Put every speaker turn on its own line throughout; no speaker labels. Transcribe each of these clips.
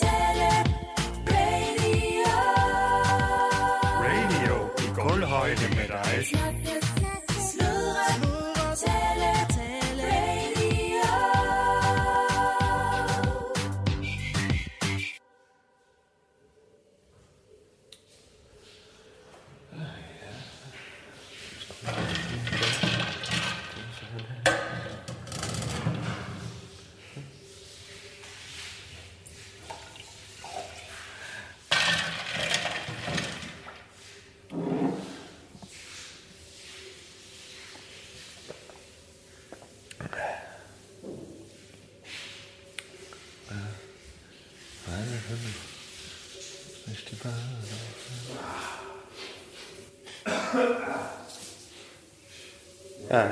tale, radio.
Radio i gulvhøjde med dig.
Snakke, sludre, tale, tale, radio.
Hvis de bare... Ja. Jeg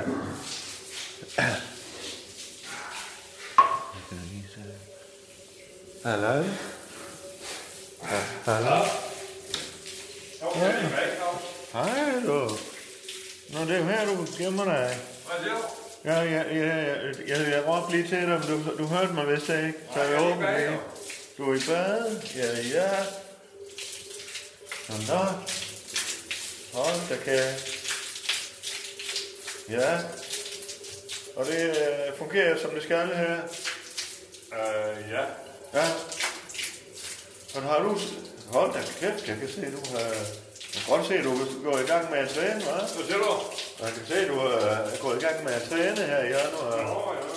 kan lige se. Hallo? Ja, Hallo?
Okay,
Hej du. Nå, det er her, du gemmer dig. Ja, ja, ja, ja, jeg, jeg råbte lige til dig, men du, du hørte mig vist ikke. Så jeg åbner lige. Du er i bad? Ja, ja. Nå, nå. Hold da kæft. Ja. Og det øh, fungerer som det skal her.
Øh, ja.
Ja. Men har du... Hold da kæft, jeg kan se, du har... Jeg kan godt se, du går i gang med at træne, hva'?
Hvad siger du?
Jeg kan se, du øh, er gået i gang med at træne her i januar.
Nå, ja.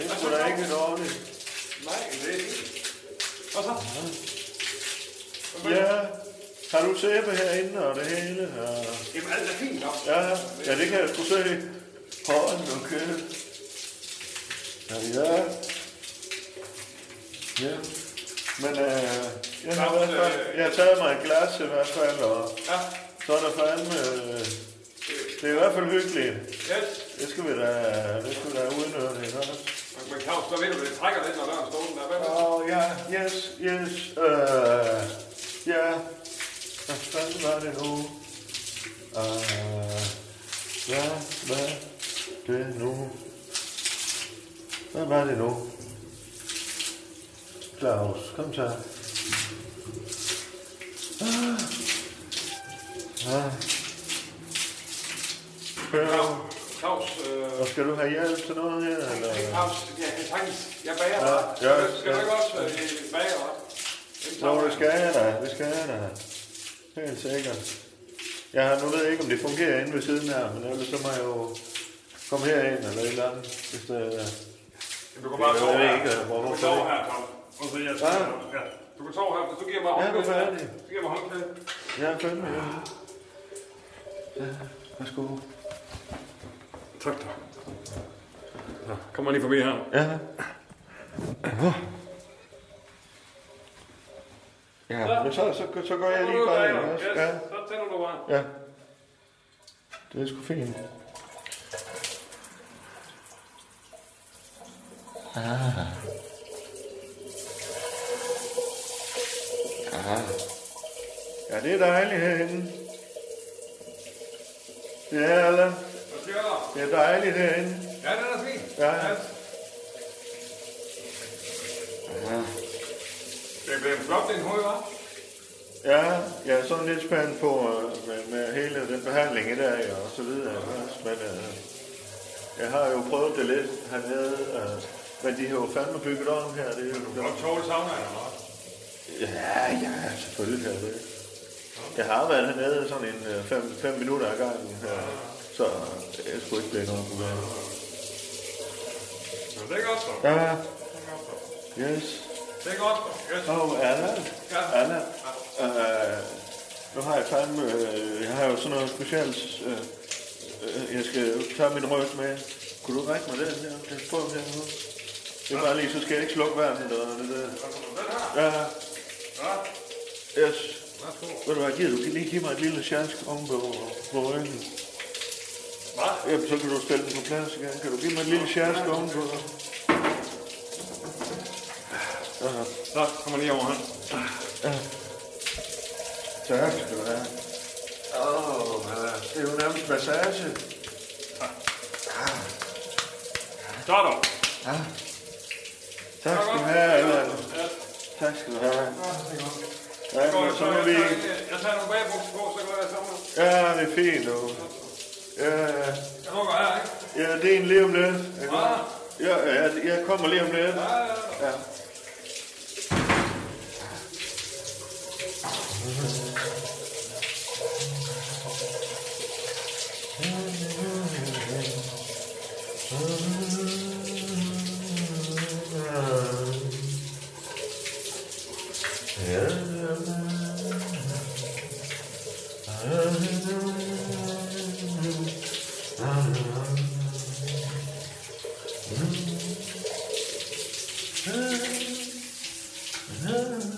Det er sgu da ikke dårligt.
Nej, det er ikke. Hvad så?
Ja, har du sæbe herinde og det hele? Og...
Jamen, alt er fint nok.
Ja, ja, det kan jeg sgu se. Hånden og kødet. Ja, ja. Ja. Men øh, jeg, har i hvert fald, jeg har taget mig et glas i hvert fald, og
Ja.
så er der fandme... Øh, det er i hvert fald hyggeligt.
Yes.
Det skal vi da, det skal vi da udnytte, ikke også?
Men- Men Claus, så ved du, det trækker lidt, når døren står åben. Der, hvad?
Oh, ja, yes, yes, øh, ja. Hvad fanden var det nu? Øh, ja, hvad det nu? Hvad var det nu? Claus, kom så. Ah. Ah.
Claus,
Spørg,
Claus, øh,
og skal du have hjælp til noget her, eller?
Claus, ja, jeg kan sagtens. Jeg bager
Ja,
ret.
ja,
Skal du
ja.
ikke også øh, bage ret?
Jo, det skal jeg da. Det skal jeg da. Helt sikkert. Jeg har, nu ved jeg ikke, om det fungerer inde ved siden her, men ellers så må jeg jo komme herind eller et eller andet. Hvis det,
Du kan bare
Jeg
sove
ved
her.
ikke, hvor-
Du kan
hvorfor
sove
det-
her, Claus. Og så jeg
Hvad?
ja. Du kan sove her, hvis du giver mig
Ja,
håndklæde.
hvorfor er det?
Du giver mig håndklæde.
jeg er fandme hjemme. Ja, værsgo.
Tak, tak. Nå, Kom lige forbi her.
Ja. Ja, men så, så, så går jeg lige bare ind. også.
Yes,
Ja,
Så tænder du bare.
ja. Det er sgu fint. Ah. Ah. Ja, det er dejligt herinde. Ja, Allan.
Hvad siger du?
Det er dejligt herinde.
Ja, den er fint.
Ja.
Yes. Det blev flot, din hoved, hva'?
Ja, jeg er sådan lidt spændt på øh, med, med hele den behandling i dag og så videre. ikke? Men øh, jeg har jo prøvet det lidt hernede. Øh, men de har jo fandme bygget om her. Det er jo,
Godt tåle sauna, eller hvad?
ja, ja, selvfølgelig her det. Jeg har været hernede sådan en 5 fem, fem minutter ad gangen her. Så øh, jeg skulle ikke blive noget problem.
Men det er godt, så.
Ja, yes.
Det er godt, så. Yes.
Åh, oh, Anna.
Ja.
Anna. Øh, nu har jeg fandme... Øh, jeg har jo sådan noget specielt... Øh, øh, jeg skal tage min røst med. Kunne du række mig den her? Den får jeg her Det er bare lige, så skal jeg ikke slukke verden eller noget. Det der.
Den her.
Ja,
Ja.
yes.
Værsgo.
Ved du hvad, gider du lige give mig et lille sjansk om på, på ryggen?
Hva?
Jamen, så kan du stille den på plads igen. Kan du give mig et lille sjansk om på?
Så kommer lige over her.
Tak skal du have. Åh, oh, det er jo nærmest massage.
Så er der.
Tak skal du have, Allan. Tak skal du have. Ja, men så må vi...
Jeg tager nogle bagbukser på, så går jeg sammen.
Ja, det er fint, du. Ja, ja.
Jeg lukker her, ikke?
ja, det er en lige om lidt. ikke? Ja, ja, jeg kommer lige om lidt. Ja.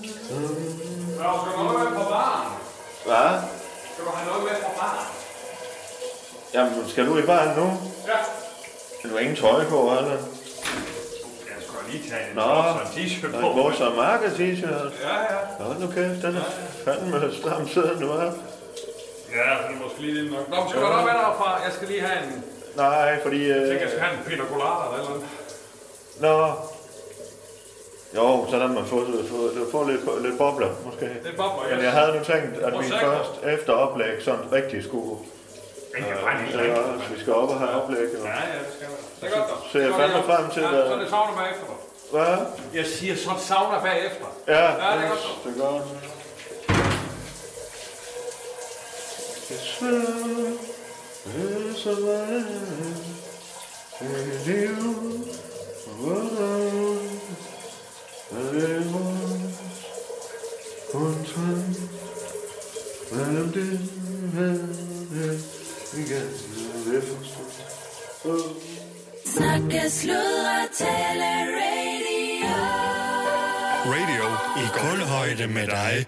Ja, skal du have noget med fra baren?
Hvad?
Skal du have noget med fra baren?
Jamen, skal du i baren nu?
Ja.
Du har ingen tøj på, eller?
Jeg skal lige tage en
Nå,
shorts og en t-shirt på.
vores og Marke t-shirt.
Ja, ja.
Nå, nu kæft, den er fandme stram siden nu er.
Ja, det er måske lige lidt nok. Nå, men skal du have noget fra? Jeg skal lige have en...
Nej, fordi...
Jeg
Øh,
tænker, jeg skal have en pina colada eller et eller andet.
nå. Jo, så lad mig få, få, få lidt, lidt bobler, måske.
Lidt bobler, ja.
Men jeg havde nu tænkt, at
Hvor
vi
sikkert.
først efter oplæg sådan rigtig skulle...
Jeg kan bare lige
Ja, altså, vi skal op og have oplæg. Jo.
Ja, ja, det skal man. Det er godt, dog.
Så jeg
Det er
fandme
godt,
frem til,
ja,
hvad-
Så er det savner bagefter, dog.
Hvad?
Jeg siger, så savner bagefter.
Ja,
Ja, det er godt, dog.
det er godt. Det er så meget. Det er liv. Hvordan er det vores kontakt? Mellem det, hvad det igen vil forstå. Oh.
Snakke, sludre, tale, radio.
Radio i guldhøjde med dig.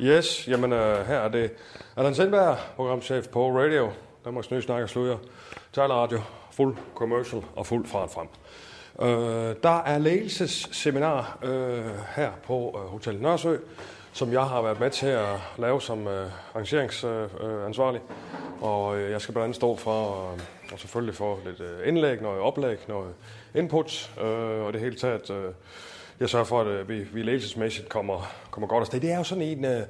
Yes, jamen øh, her er det Allan Sindberg, programchef på Radio, Danmarks Nye Snakker Sluger, Radio, fuld commercial og fuld fart frem. Øh, der er ledelsesseminar øh, her på øh, Hotel Nørresø, som jeg har været med til at lave som øh, arrangeringsansvarlig. Øh, ansvarlig. og øh, jeg skal blandt andet stå for øh, og selvfølgelig få lidt øh, indlæg, noget oplæg, noget input, øh, og det hele taget... Øh, jeg sørger for, at øh, vi, vi ledelsesmæssigt kommer, kommer godt afsted. Det er jo sådan en, øh,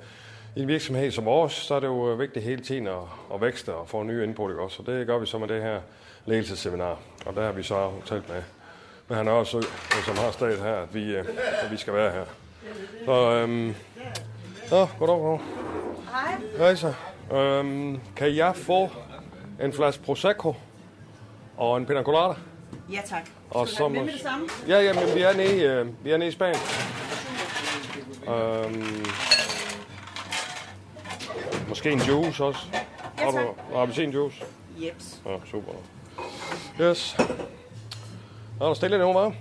en virksomhed som vores, så er det jo øh, vigtigt hele tiden at, at vækste og få nye input, ikke også? Og det gør vi så med det her ledelsesseminar. Og der har vi så talt med, med han også, øh, som har stedet her, at vi, øh, at vi skal være her. Så, øhm, nå, goddag, goddag. Hej. Hej så. Øhm, kan jeg få en flaske Prosecco og en pina colada?
Ja, tak.
Og så
Hvem
må-
er det samme?
Ja, ja, men vi er nede, i, øh, vi er nede i Spanien. Øhm, måske en juice også.
Ja,
Har
tak.
du appelsinjuice?
Jeps.
Ja, super. Yes. Er der stille nu, hva'? Ja, der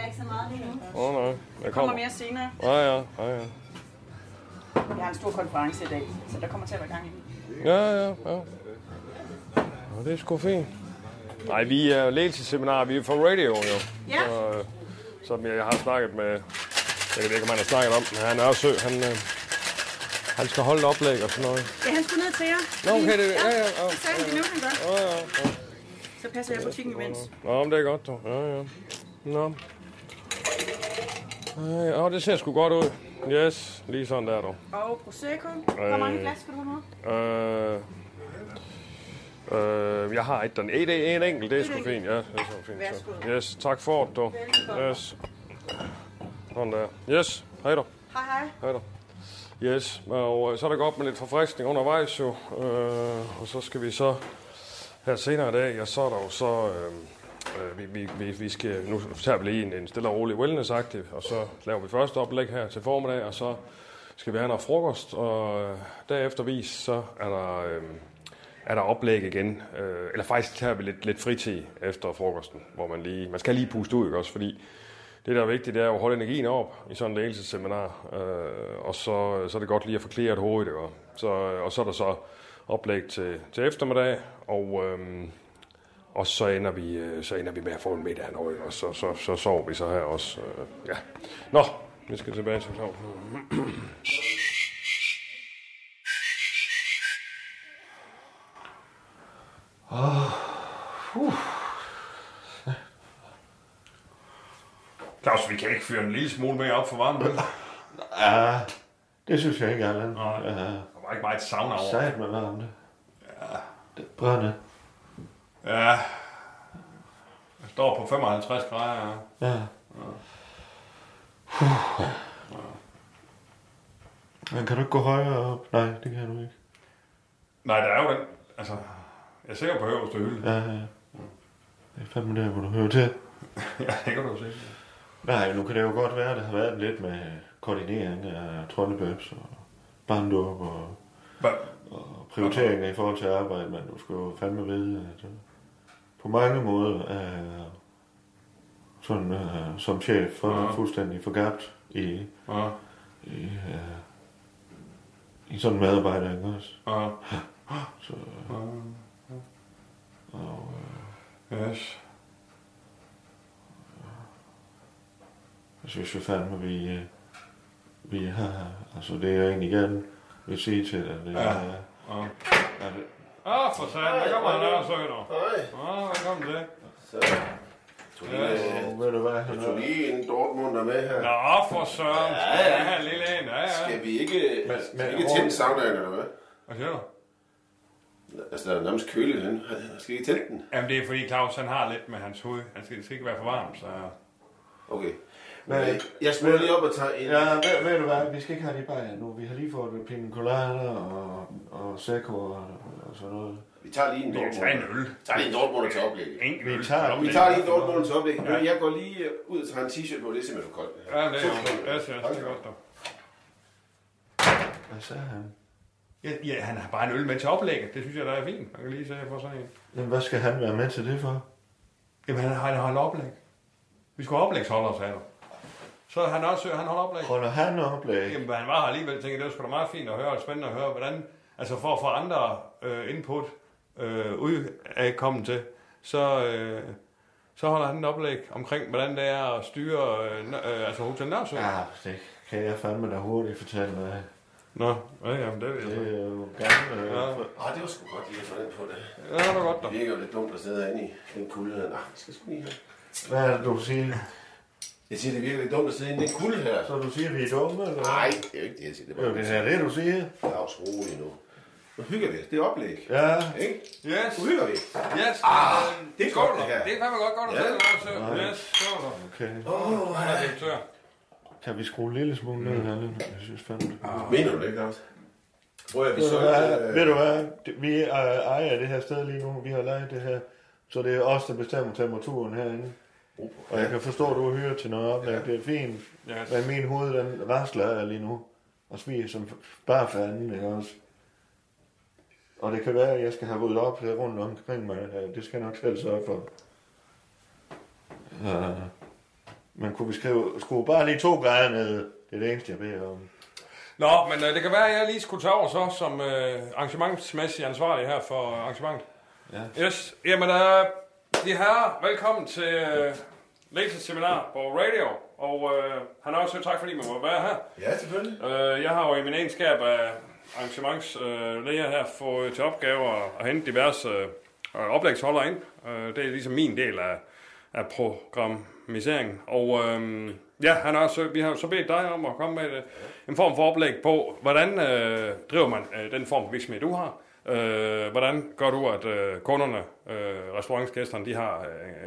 er ikke så meget lige nu. Åh, oh, nej. Jeg
Kommer
kommer.
mere senere.
Ja, ja, ja, ja.
Jeg har en stor konference i dag, så der kommer til at være gang i den.
Ja, ja, ja. Nå, det er sgu fint. Nej, vi er ledelsesseminar, vi er fra radio jo.
Ja.
Så, øh, som jeg har snakket med, jeg ved ikke, om han har snakket om, men han er også han, øh, han skal holde et oplæg og sådan noget.
Ja, han skulle ned til jer.
Nå, okay, det, ja, ja, ja.
Så sagde han, det nu, han gør.
Ja, ja, ja.
Så passer jeg butikken imens.
Nå, men det er godt, du. Ja, ja. Nå. Ej, åh, det ser sgu godt ud. Yes, lige sådan der, du.
Og Prosecco. Hvor mange glas skal du have med?
Øh, øh, jeg har et, den et, en enkelt, det er sgu
enkelt.
fint. Ja, det er så fint. Så.
Værsgo.
Yes, tak for det, du.
Velbekomme.
Yes. Sådan der. Yes, hej du.
Hej, hej.
Hej du. Yes, og øh, så er der godt med lidt forfriskning undervejs jo. Øh, og så skal vi så her senere i dag, og så er der jo så... Øh, øh, vi, vi, vi, vi skal, nu tager vi lige en, en stille og rolig wellness aktiv, og så laver vi første oplæg her til formiddag, og så skal vi have noget frokost, og øh, derefter vis, så er der, øh, er der oplæg igen. Øh, eller faktisk tager vi lidt, lidt fritid efter frokosten, hvor man lige, man skal lige puste ud, ikke også, fordi det, der er vigtigt, det er jo at holde energien op i sådan et ledelsesseminar, øh, og så, så er det godt lige at forklare et hoved, det var. Så, og så er der så oplæg til, til eftermiddag, og, øh, Og så ender vi, øh, så ender vi med at få en middag hernøje, og så, så, så sover vi så her også. Øh, ja. Nå, vi skal tilbage til Claus. Claus, vi kan ikke fyre en lille smule mere op for varmen, vel?
Ja, det synes jeg ikke, Allan.
Nej.
Ja,
Der var ikke meget sauna over.
sejt med varmt. Ja. Det brænder.
Ja. Jeg står på 55 grader.
Ja. Puh. Men kan du ikke gå højere op? Nej, det kan du ikke.
Nej, der er jo den. Altså, jeg ser jo på øverste hylde.
Ja, ja. Det er fandme der, hvor du hører til.
Ja, det kan du jo se.
Nej, nu kan det jo godt være, at der har været lidt med koordinering af troldebøbs og barndåb og,
Hva-
og prioriteringer i forhold til arbejde, men du skal jo fandme vide, at øh, på mange måder er sådan, øh, som chef for ja. fuldstændig forgabt i,
Ja,
i, øh, i sådan en medarbejder, ikke også?
ja.
Så, øh. øh.
Yes.
Jeg synes jo fandme, vi, øh, vi har... Altså, det er jeg egentlig gerne vil sige til dig. Det er,
Ja.
ja.
Ah, for satan, der kommer han og søger.
Hej.
Ah, velkommen til.
Så. Tog lige, øh,
Og ved du hvad? Han
jeg tog
er,
lige en Dortmunder med her.
Nå, for søren.
Ja, ja.
Ja, lille en. Ja, ja.
Skal vi ikke,
Men-
skal
men-
vi ikke tænde saunaen, eller hvad?
Hvad siger du?
Altså, der er nærmest køle den. Skal vi ikke tænde den?
Jamen, det er fordi Claus, han har lidt med hans hoved. Han skal, det skal ikke være for varmt, så...
Okay.
Men-
Men, jeg smutter lige op og tager en.
ja, ved, ved, du hvad? Vi skal ikke have de bare nu. Vi har lige fået en pina colada og, og sækko og, og sådan noget.
Vi tager lige en
Vi kan tage en
Dortmunder.
øl.
Tag lige en Dortmunder til oplægget.
Enkelt øl.
Vi tager-
Vi tager lige en Dortmunder til oplægget. Ja. Jeg går lige øh, ud og tager en t-shirt på. Det er simpelthen for koldt.
Ja, det er jo. Yes, yes, det er godt, dog.
Hvad sagde han?
Ja, ja, han har bare en øl med til oplægget. Det synes jeg, der er fint. Man kan lige se, jeg får sådan en.
Jamen, hvad skal han være med til det for?
Jamen, han har, han har en oplæg. Vi skulle have oplægsholder, sagde du. Så han også han holder oplæg.
Holder han oplæg?
Jamen, han var her alligevel, tænkte, jeg, det var sgu da meget fint at høre, og spændende at høre, hvordan, altså for at få andre øh, input øh, ud af kommet til, så, øh, så holder han et oplæg omkring, hvordan det er at styre øh, Nø- øh, altså Hotel Nørresø. Ja.
Ja, det kan jeg fandme da hurtigt fortælle dig.
Nå, ja, jamen, det ved jeg
Det
så.
er jo øh, gammel.
Ja.
Ja.
Åh, Ah, det var sgu godt lige at få den på det.
Ja, det var godt da.
Det virker jo lidt dumt at sidde herinde i den kulde her. Nej, vi skal sgu lige her.
Hvad er det, du siger?
Jeg siger, det virker lidt dumt at sidde inde i den kulde her.
Så du siger, vi er dumme, eller? hvad?
Nej, det er jo ikke det, jeg siger. Det
Jo,
er
det
bare
er det, du siger.
Claus, rolig nu. Nu hygger vi os. Det er oplæg.
Ja.
Ikke?
Yes,
Nu hygger vi.
yes.
Ah,
øh,
det er
skål
godt,
da.
det her.
Det er fandme godt, godt at
Ja.
ja. sætte Nørresø. Yes, skål da.
Okay.
Åh,
Ja, det er tør.
Kan vi skrue en lille smule ned her lidt? Jeg synes fandme.
Mener du det, Claus? Prøv at vi
Ved du
så...
hvad?
øh,
Ved du hvad? Det- Vi øh, ejer det her sted lige nu. Vi har lejet det her. Så det er os, der bestemmer temperaturen herinde. Og jeg kan forstå, at du er hyret til noget oplæg. Det er fint.
Yes.
Men min hoved, den rasler af lige nu. Og sviger som f- bare fanden, ikke også? Og det kan være, at jeg skal have ryddet op her rundt omkring mig. Øh, Det skal jeg nok selv sørge for. Øh, Men kunne vi skrive, skrue bare lige to grader ned? Det er det eneste, jeg beder om.
Nå, men øh, det kan være, at jeg lige skulle tage over så, som øh, arrangementsmæssig ansvarlig her for øh, arrangementet. Ja. Yes, jamen øh, de herrer, velkommen til øh, læseseminar på radio, og øh, han har også tak fordi man må være her.
Ja, selvfølgelig.
Øh, jeg har jo i min egenskab af arrangementslæger øh, læger her fået til opgave at, at hente diverse øh, oplægsholdere ind. Øh, det er ligesom min del af, af programmiseringen. Og øh, ja, han har også, vi har jo så bedt dig om at komme med et, øh, en form for oplæg på, hvordan øh, driver man øh, den form for virksomhed, du har. Øh, hvordan gør du, at øh, kunderne, øh, restaurantsgæsterne, de har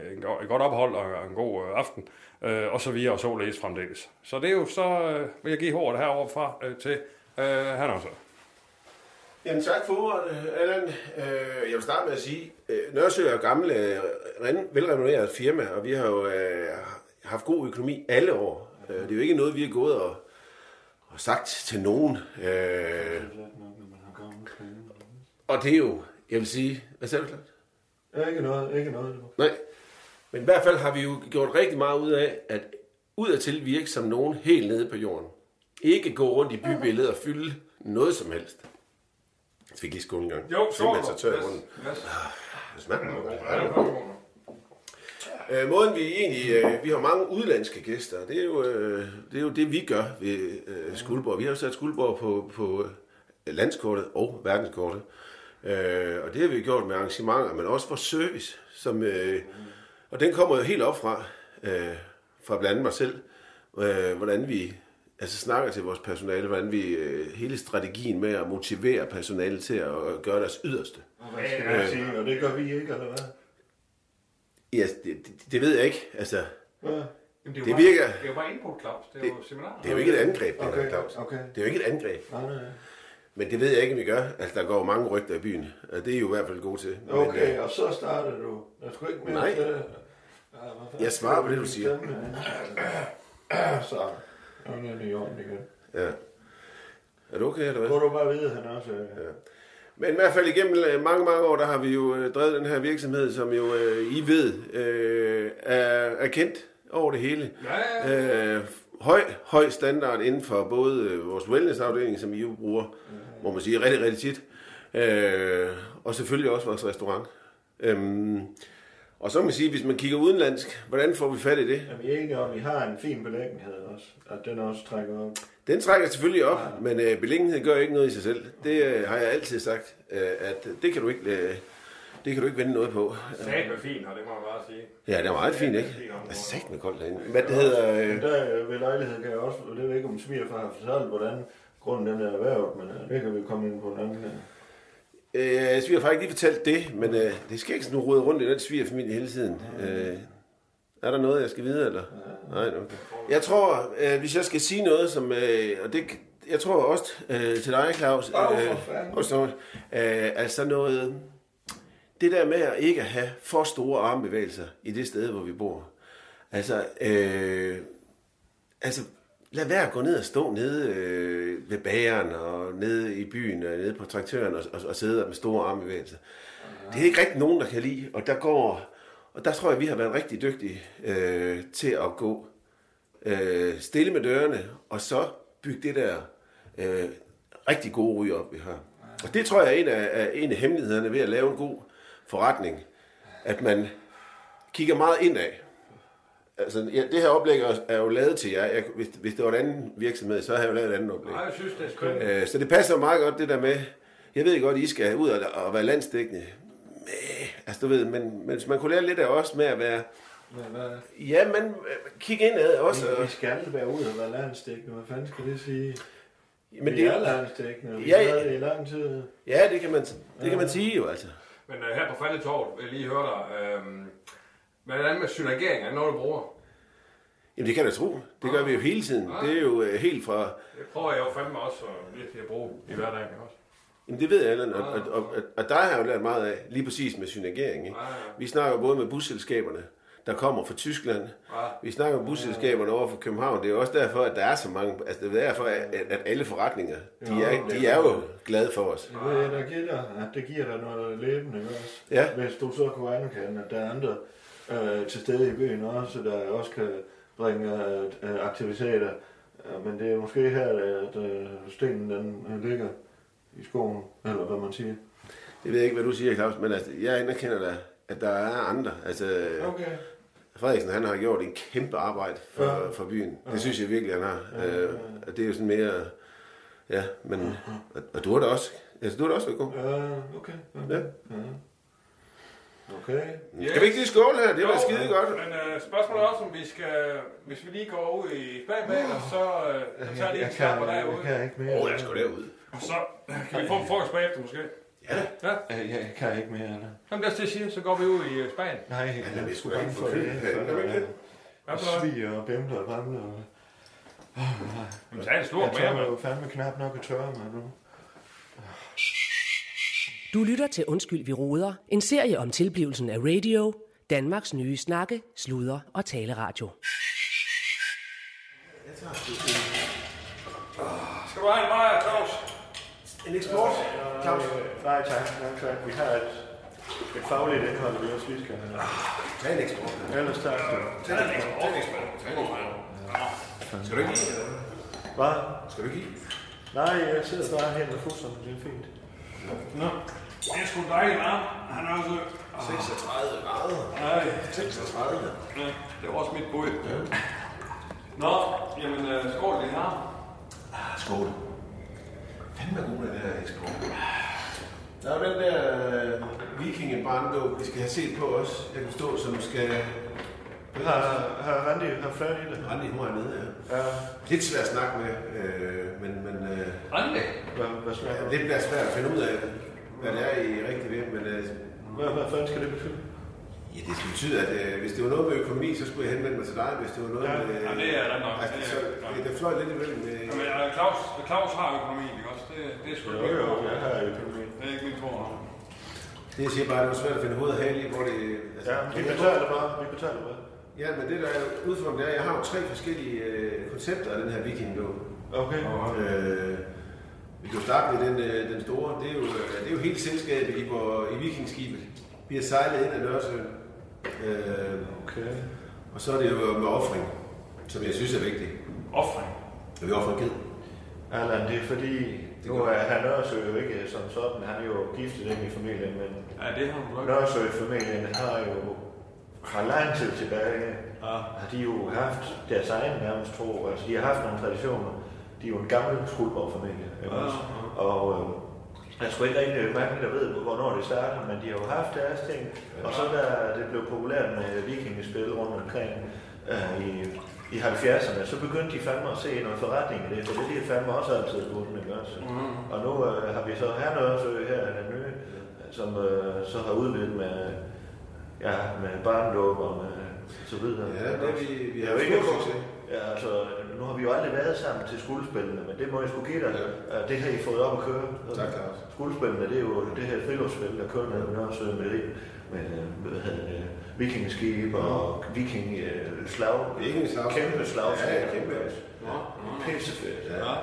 øh, en go- et godt ophold og en god øh, aften, øh, og så videre og således fremdeles. Så det er jo så, øh, vil jeg give ordet herovre fra øh, til øh, han også.
Jamen tak for ordet, Allan. Øh, jeg vil starte med at sige, øh, Nørresø er jo gammel, øh, ren- velrenommeret firma, og vi har jo øh, haft god økonomi alle år. Øh, det er jo ikke noget, vi har gået og, og sagt til nogen. Øh, og det er jo, jeg vil sige, hvad sagde du, Claus?
Ja, ikke noget, ikke noget.
Nej. Men i hvert fald har vi jo gjort rigtig meget ud af, at udadtil virke som nogen helt nede på jorden. Ikke gå rundt i bybilledet og fylde noget som helst. Jeg fik lige skål en gang.
Jo,
Simpelthen
skål.
så tør i
Yes,
munden. Ah,
yes.
det smager meget godt. Øh, måden vi egentlig, øh, vi har mange udlandske gæster, det er jo, øh, det, er jo det, vi gør ved øh, Skuldborg. Vi har jo sat Skuldborg på, på øh, landskortet og verdenskortet. Øh, og det har vi gjort med arrangementer, men også for service. Som, øh, og den kommer jo helt op fra, øh, fra blandt andet mig selv, øh, hvordan vi altså snakker til vores personale, hvordan vi øh, hele strategien med at motivere personalet til at gøre deres yderste.
Hvad skal jeg sige? Øh, Og det gør vi ikke, eller hvad?
Ja, det, det, det ved jeg ikke. Altså,
Jamen, det, er jo
Det
bare-
virker-
Det er jo bare input, Claus. Det er jo seminarer.
Det er jo ikke et angreb, det okay,
Okay,
her, Claus.
okay.
Det er jo ikke et angreb.
Nej, nej, nej.
Men det ved jeg ikke, om vi gør. Altså, der går jo mange rygter i byen. Altså, det er I jo i hvert fald gode til. Men,
Okay,
øh,
og så startede du. Jeg skulle ikke mere
Nej.
til det. Ja, hvad fanden?
Jeg svarer på det, du siger.
Så, nu er det i orden igen.
ja. Er du okay, eller hvad?
Må du bare vide, han også... øh, Ja.
Men i hvert fald igennem øh, mange, mange år, der har vi jo øh, drevet den her virksomhed, som jo, øh, I ved, øh, er, er kendt over det hele.
Ja,
Øh, høj, høj standard inden for både øh, vores wellnessafdeling, som I jo bruger,
Mhm.
må man sige, rigtig, rigtig tit. Øh, og selvfølgelig også vores restaurant. Øhm, og så må man sige, hvis man kigger udenlandsk, hvordan får vi fat i det?
Jamen, jeg er enige om, I har en fin belæggenhed også, at den også trækker op.
Den trækker selvfølgelig op, ja. men øh, beliggenhed gør ikke noget i sig selv. Det øh, har jeg altid sagt, øh, at det kan du ikke... Øh, det kan du ikke vende noget på.
Sat med fint, og det må jeg bare sige.
Ja, det er meget fint, ikke? Det er sagt med koldt derinde. Hvad det hedder... Øh,
Men der øh, ved lejlighed kan jeg også, og det ved jeg ikke, om svigerfar har fortalt, hvordan grunden den er erhvervet, men øh, det kan vi komme ind på en anden gang.
Øh, sviger har ikke lige fortalt det, men øh, det skal ikke sådan rode rundt i den svigerfamilie hele tiden. Øh, er der noget, jeg skal vide, eller? Nej, okay. Jeg tror, øh, hvis jeg skal sige noget, som... Øh, og det, jeg tror også øh, til dig, Claus. Øh, og så, øh, altså noget... Det der med at ikke have for store armbevægelser i det sted, hvor vi bor. Altså, øh, altså, lad være at gå ned og stå nede øh, ved bageren og nede i byen og nede på traktøren og, og, og sidde med store armbevægelser. Det er ikke rigtig nogen, der kan lide, og der går, og der tror jeg, vi har været rigtig dygtige øh, til at gå øh, stille med dørene, og så bygge det der øh, rigtig gode ryg op, vi har. Og det tror jeg er en af, er en af hemmelighederne ved at lave en god forretning, at man kigger meget indad. Altså, ja, det her oplæg er- er jo lavet til jer. Jeg, hvis, hvis det var en anden virksomhed, så havde jeg jo lavet et andet oplæg.
Nej, jeg synes, det er skønt.
Øh, så det passer jo meget godt, det der med, jeg ved godt, I skal ud og, og være landsdækkende. Men, altså, du ved, men, men hvis man kunne lære lidt af os med at være,
Men hvad?
ja, men øh, kig indad også.
Vi, vi
Og,
skal være ude og være landstækkende, hvad fanden skal det sige?
men
vi er
det,
landstækkende, og vi
Ja,
ja,
ja.
har det i lang tid.
ja, det kan man, det kan man sige jo, altså.
Men øh, her på Faldetorvet, vil jeg lige høre dig. øhm, Hvad er det med synergering? Er det noget, du bruger?
Jamen, det kan jeg da tro. Det gør vi jo hele tiden. Det er jo øh, helt fra,
Det prøver jeg jo fandme også at virkelig at bruge i hverdagen ikke også.
Jamen, det ved jeg, Allan, og, og, og, og, og der har jeg jo lært meget af, lige præcis med synergering. Ikke?
Ja, ja.
Vi snakker jo både med busselskaberne, der kommer fra Tyskland. Vi snakker om busselskaberne over for København. Det er jo også derfor, at der er så mange... Altså, det er derfor, at, at alle forretninger, de er, de er jo glade for os.
Det ved jeg, der giver dig, at det giver dig noget levende også.
Ja.
Hvis du så kunne anerkende, at der er andre øh, til stede i byen også, der også kan bringe øh, øh, aktiviteter. Øh, Men det er måske her, at øh, stenen den øh, ligger i skoven, eller hvad man siger.
Det ved jeg ikke, hvad du siger, Claus, men altså, jeg anerkender da, at der er andre. Altså,
Okay.
Frederiksen, han har gjort en kæmpe arbejde for, for byen. Det synes jeg virkelig, han har. Øh, og det er jo sådan mere... Ja, men... Og, og du har da også... Altså, du har da også været god.
Uh, okay.
Ja.
Okay. Okay.
Yes.
Skal vi ikke lige skåle her? Det var
Jo,
skide godt.
Men øh, spørgsmålet er også, om vi skal, hvis vi lige går ud i bagbanen, og så øh, så tager lige
Jeg
en
kan,
snap på dig
jeg
ud.
kan ikke mere.
Åh, jeg skulle derud.
Og så øh, kan vi få en frokost bagefter måske.
Øh, Jeg kan ikke mere, eller?
Jamen det er også det, jeg siger. Så går vi ud i øh, Spanien.
Nej,
vi
jeg
sgu
skulle
da
bange
ikke
for
få
det.
kød herinde, er vi ikke det?
Hvad
Og
for noget?
sviger og bimler og bamler. og-
Jamen så er det
Jeg
stort
tør
mere,
mig
mand.
jo fandme knap nok at tørre mig nu.
Du lytter til Undskyld, vi roder, en serie om tilblivelsen af radio, Danmarks nye snakke, sludder og taleradio.
Skal du have en bajer, Claus?
En eksport, Claus? Nej, tak. Nej, tak. Vi har et, et fagligt indhold, vi også lige skal have.
Tag en eksport.
Ellers tak. skal du.
Tag en eksport. Tag en eksport. Tag en eksport. Skal du ikke give?
Hvad?
Skal du ikke give?
Nej, jeg sidder bare her med fusserne. Det er fint.
Det er sgu dejligt, hva'? Han er også
36 grader.
Nej,
36.
ja, det var også mit bud. Nå, jamen øh, skål lige her.
Ah, skål. Fanden er god, den her eksport. Der er jo den der øh, vikingebarndåb, vi skal have set på os. Jeg kan forstå, som skal...
Har, har Randi haft fat i det?
Randi, hun er nede
Ja.
ja. Lidt svært at snakke med, øh, men, men øh,
Rande.
Hvad, hvad, snakker du?
lidt mere svært at finde ud af, hvad det er, I er rigtig ved. Men øh,
hvad, hvad fanden skal det betyde?
ja, det skal betyde, at øh, hvis det var noget med økonomi, så skulle jeg henvende mig til dig. Hvis det var noget
Ja.
med...
Ja, det er rigtig nok.
Altså,
Det er
så,
rigtig nok.
det, det fløj lidt imellem. Øh,
Jamen, øh, Claus, Claus har økonomien, ikke også? Det, det er sgu ikke mit bord.
jeg har økonomi.
Det er ikke min tår.
det jeg siger bare, det var svært at finde hovedet hal i, hvor det... Altså,
Ja, vi betaler bare. Vi betaler bare.
Ja, men det der er udfordringen, det er, at jeg har jo tre forskellige øh, koncepter af den her vikingdåb.
Okay.
Og øh, vi kan jo starte med den, øh, den store. Det er, jo, øh, det er jo hele selskabet i, vor, i vikingskibet. Vi har sejlet ind ad Nørresøen. Øh,
Okay.
og så er det jo med offring, som jeg synes er vigtigt.
Offring.
Og vi offrer ged.
Allan, det er fordi, nu er han Nørresø jo ikke som sådan. Han er jo giftet ind i familien, men
Ja, det har hun nok.
Nørresø-familien har jo fra lang tid tilbage,
Ja.
har de jo haft deres egen nærmest tro, altså de har haft nogle traditioner. De er jo en gammel skuldborgfamilie, ikke
Ja,
også? Og øh, der er sgu ikke rigtig mange, der ved, hvornår det starter, men de har jo haft deres ting. Og så da det blev populært med vikingespil rundt omkring øh, i, i 70'erne, så begyndte de fandme at se noget forretning i det, for det er de fandme også altid bundet, ikke også? Og nu øh, har vi så Hernørsø her, den nye, som øh, så har udvidet med, ja, med barndåb og med så videre.
Ja, det er vi- vi
Det er
har
jo ikke
stor succes.
Ja, altså, nu har vi jo aldrig været sammen til skuldspillene, men det må jeg sgu give dig. Ja. Det har I fået op at køre.
Tak, Claus.
Skuldspillene, det er jo det her friluftsspil, der kører ned med Nørresø med, med, med, hvad hedder det, vikingeskib og
Mm.
viking øh, slag.
Vikingeslag.
Kæmpe slag.
Ja, ja, kæmpe.
Nå, nå, nå.
Pissefedt.
Ja.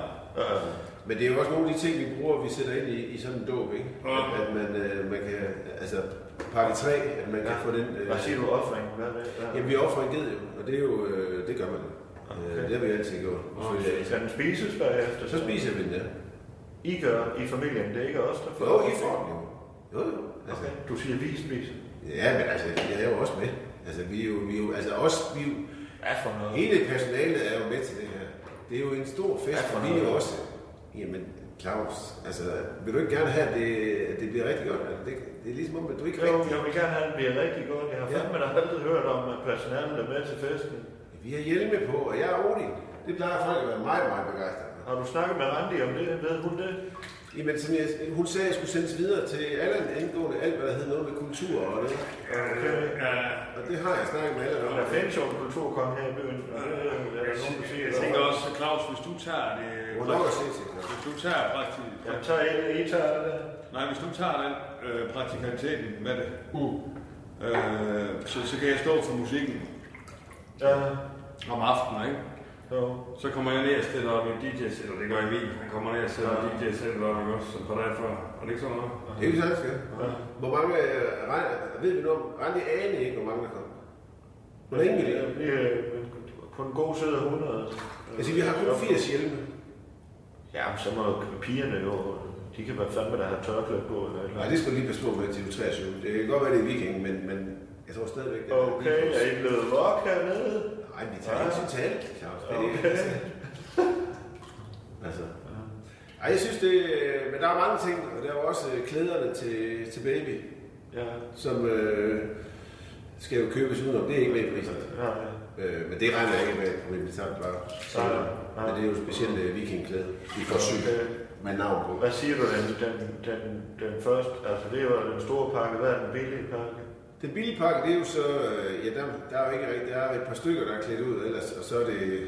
Øh,
Men det er jo også nogle af de ting, vi bruger, vi sætter ind i, i sådan en dåb, ikke?
Ja.
At, at man, øh, man kan, altså pakke 3, at man kan få den... øh,
Hvad siger du offring? Hvad, hvad, hvad?
Jamen, vi offrer en ged jo, og det er jo, øh, det gør man. Okay. Øh, det har vi altid gjort. selvfølgelig.
Skal den spises bagefter?
Så spiser vi den, ja.
I gør i familien, det er ikke os, der får
Jo, I får den jo. Jo, jo. Altså,
Okay. Du siger, vi spiser.
Ja, men altså, jeg er jo også med. Altså, vi er jo, vi er jo, altså os, vi er jo,
Hvad for noget?
hele personalet er jo med til det her. Det er jo en stor fest,
Ja, for
for vi er
noget.
jo også. Jamen, Claus, altså, vil du ikke gerne have, at det, at det bliver rigtig godt? Altså, det, det er ligesom om, at du ikke
Jo,
rigtig...
jeg vil gerne have, at det bliver rigtig godt. Jeg har
Ja.
fandme da aldrig hørt om, at personalet er med til festen.
Vi har hjelme på, og jeg er Odin. Det plejer folk at være meget, meget begejstrede for.
Har du snakket med Randi om det? Ved hun det?
Jamen, som jeg, hun sagde, at jeg skulle sendes videre til Allan angående alt, hvad der hed noget med kultur og det.
Okay.
Og det har jeg snakket med Allan om.
Der findes jo en kulturkong her i byen. og det er der nogen, der siger.
Jeg tænker også, Claus, hvis du tager det... øh,
Hun har også set til det.
Hvis du tager praktik...
Jeg tager ikke, I tager det.
Nej, hvis du tager den øh, praktikaliteten med det, uh. øh, så, så kan jeg stå for musikken
Ja,
om aftenen, ikke?
jo.
Så kommer jeg ned og stiller op i DJ-sæt, det gør Emil. Han kommer ned og stiller op i DJ-sæt, og vi også på dig for. Er det ikke sådan noget?
Det er jo sådan, skal. Hvor mange øh, regn- ved vi nu om? Randi anede ikke, hvor mange der kom. Hvor længe vi det?
Vi er på en god side af 100.
Altså, vi har kun 80 hjelme.
Ja, men så må pigerne jo... De kan være fandme, der har tørklæde på. Eller, et eller.
Nej,
andet.
det skal du lige passe på med til uge 23. Det kan godt være, det er weekend, men, men jeg tror stadigvæk, at
Okay, er I blevet vok hernede?
Nej, vi tager hensyn til alt, Claus. Det er det, altså. altså. Ej, jeg synes det, men der er mange ting, og der er jo også øh, klæderne til, til baby,
Ja.
som øh, skal jo købes udenom. Det er ikke med i prisen.
Ja, ja.
Øh, men det regner jeg ikke med, at problemet tager bare. Så,
Nej, nej.
men det er jo specielt øh, vikingklæde. De får syg
Okay.
med navn på.
Hvad siger du, den, den, den, den første, altså det var den store pakke, hvad er den billige pakke?
Den billige pakke, det er jo så, øh, ja, der, der er jo ikke rigtig, der er et par stykker, der er klædt ud ellers, og så er det,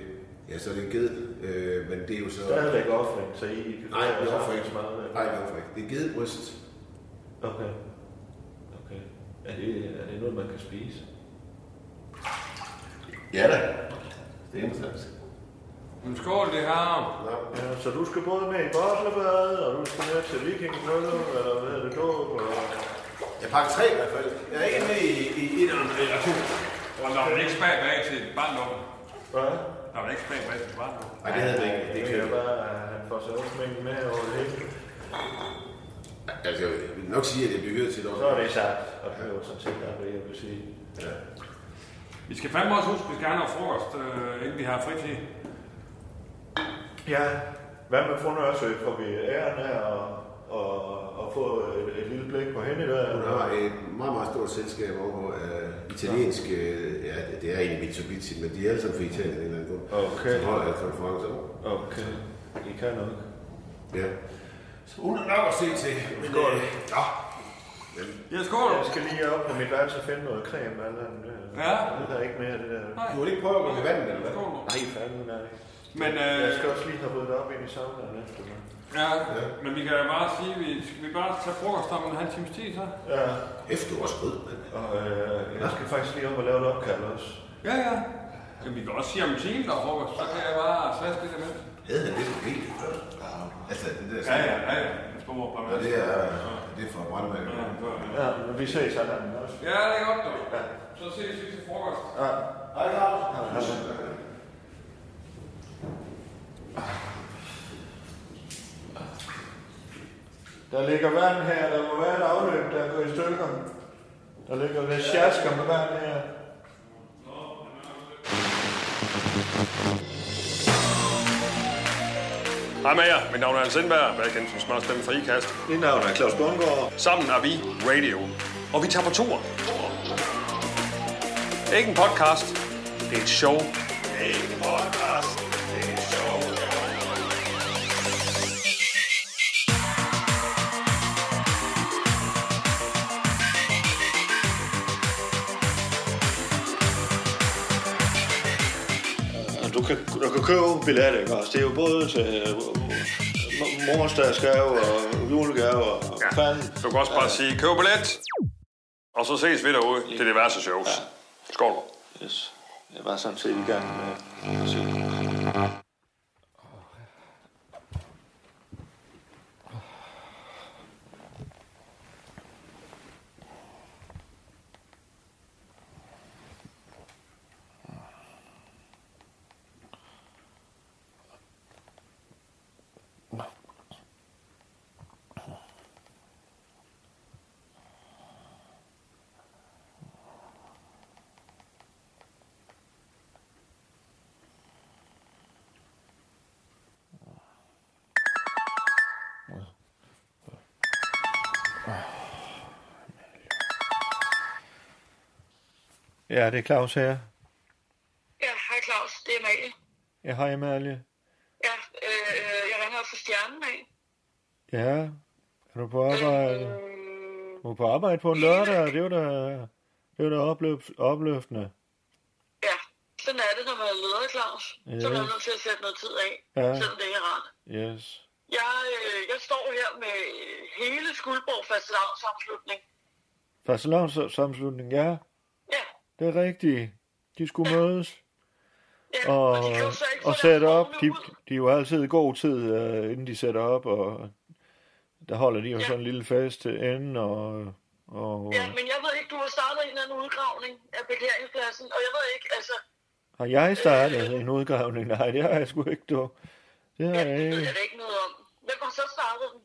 ja, så er det ged, øh, men det er jo så...
Stadigvæk offring, så I... I-
Nej, vi
altså,
offer ikke.
så meget.
Nej, vi offer ikke. Det er gedebryst.
Okay. Okay. Er det, er det noget, man kan spise?
Ja da. Det er interessant.
Men skål, det her.
Ja, så du skal både med i Boslebad, og du skal med til vikingbryllup, eller hvad er det, dåb, og...
Jeg pakker tre i hvert fald. Jeg er ikke med i, i et eller to.
Og der er ikke spag bag til barndommen.
Hvad?
Der er ikke spag bag til barndommen.
Nej, det havde vi ikke. Det
Det
kan
kan
jeg
jo bare, at han får sig også med over det hele.
Altså, jeg vil nok sige, at det er bygget til det
Så er det sagt, og det er jo sådan set, der vil jeg vil sige.
Vi skal fandme også huske, at vi skal have noget frokost, øh, inden vi har fritid.
Ja, hvad med fru Nørresø? Får vi æren her og, og, og få et, et lille blik på hende der?
Hun har et meget, meget stort selskab over på øh, italiensk, øh, ja, det er egentlig Mitsubishi, men de er alle sammen fra Italien af en eller anden grund.
Okay.
Som holder konferencer.
Okay, I kan nok.
Ja. Så hun er nok at se til. Nu går
øh,
det. Nå.
Ja, skål!
Jeg skal lige op på mit værelse og finde noget creme eller andet. øh,
Ja.
Det er ikke mere det der.
Nej.
Du vil ikke prøve at gå i vandet, eller hvad?
Skål. nu.
Nej, fanden er det. ikke.
Men, øh,
Jeg skal også lige have ryddet op ind i saunaen efter mig.
ja, men vi kan bare sige, at vi skal vi bare tage frokost om en halv times tid, så?
Ja,
Efter du er også rød, mand.
og øh, jeg skal faktisk lige op og lave et opkald også.
Ja, ja. Jamen, vi kan også sige om en time, der er frokost, så kan jeg bare svaske lidt imens.
Havde han det på benet før? Altså, det der...
Ja, ja, ja, ja. En stor
Og
parmesan.
det er, det er fra Brøndberg.
Ja, ja.
Ja, men vi ses sådan også.
Ja, det er godt, dog. Så ses vi til frokost.
Hej, Carl.
Der ligger vand her, der må være et afløb, der går i stykker. Der ligger lidt sjasker med vand her.
Hej med jer. Mit navn er Hans Indberg, og jeg kendt som smørstemme fra IKAST.
Mit navn er Claus Bundgaard.
Sammen er vi Radio. Og vi tager på tur. Ikke en podcast. Det er et show. Ikke en podcast. Det er et show.
Og du kan, du kan købe billetter, ikke også? Det er jo både til øh, morsdagsgave og julegave og ja. fanden.
Du kan også bare sige, køb billet. Og så ses vi derude til diverse shows. Skål.
Yes. Jeg var sådan set i gang med at se. Ja, det er Claus her.
Ja, hej Claus, det er Amalie.
Ja, hej Amalie.
Ja, øh, øh, jeg ringer op for stjernen af.
Ja, er du på arbejde?
Mm,
Du er på arbejde på en lørdag, og det er jo da, det er jo da opløf, opløftende.
ja, sådan er det, når man er leder, Claus. Så er man
Ja.
nødt til at sætte noget tid af,
Ja.
selvom det ikke er rart.
Yes.
Jeg, øh, jeg står her med hele Skuldborg fastelavns sammenslutning.
Fastelavnssamslutning, ja,
Ja,
det er rigtigt. De skulle mødes
ja.
og,
de kan jo så ikke få
og
deres
sætte op.
vogne
De,
ud.
de er jo altid i god tid, uh, inden de sætter op, og der holder de jo
Ja.
sådan en lille fest til enden, og, og
Ja, men jeg ved ikke, du har startet en eller anden udgravning af parkeringspladsen, og jeg ved ikke, altså...
har jeg startet en udgravning? Nej, det har jeg sgu ikke, du. Det har
Ja,
jeg
det ved
ikke.
jeg da ikke noget om. Hvem har så startet den?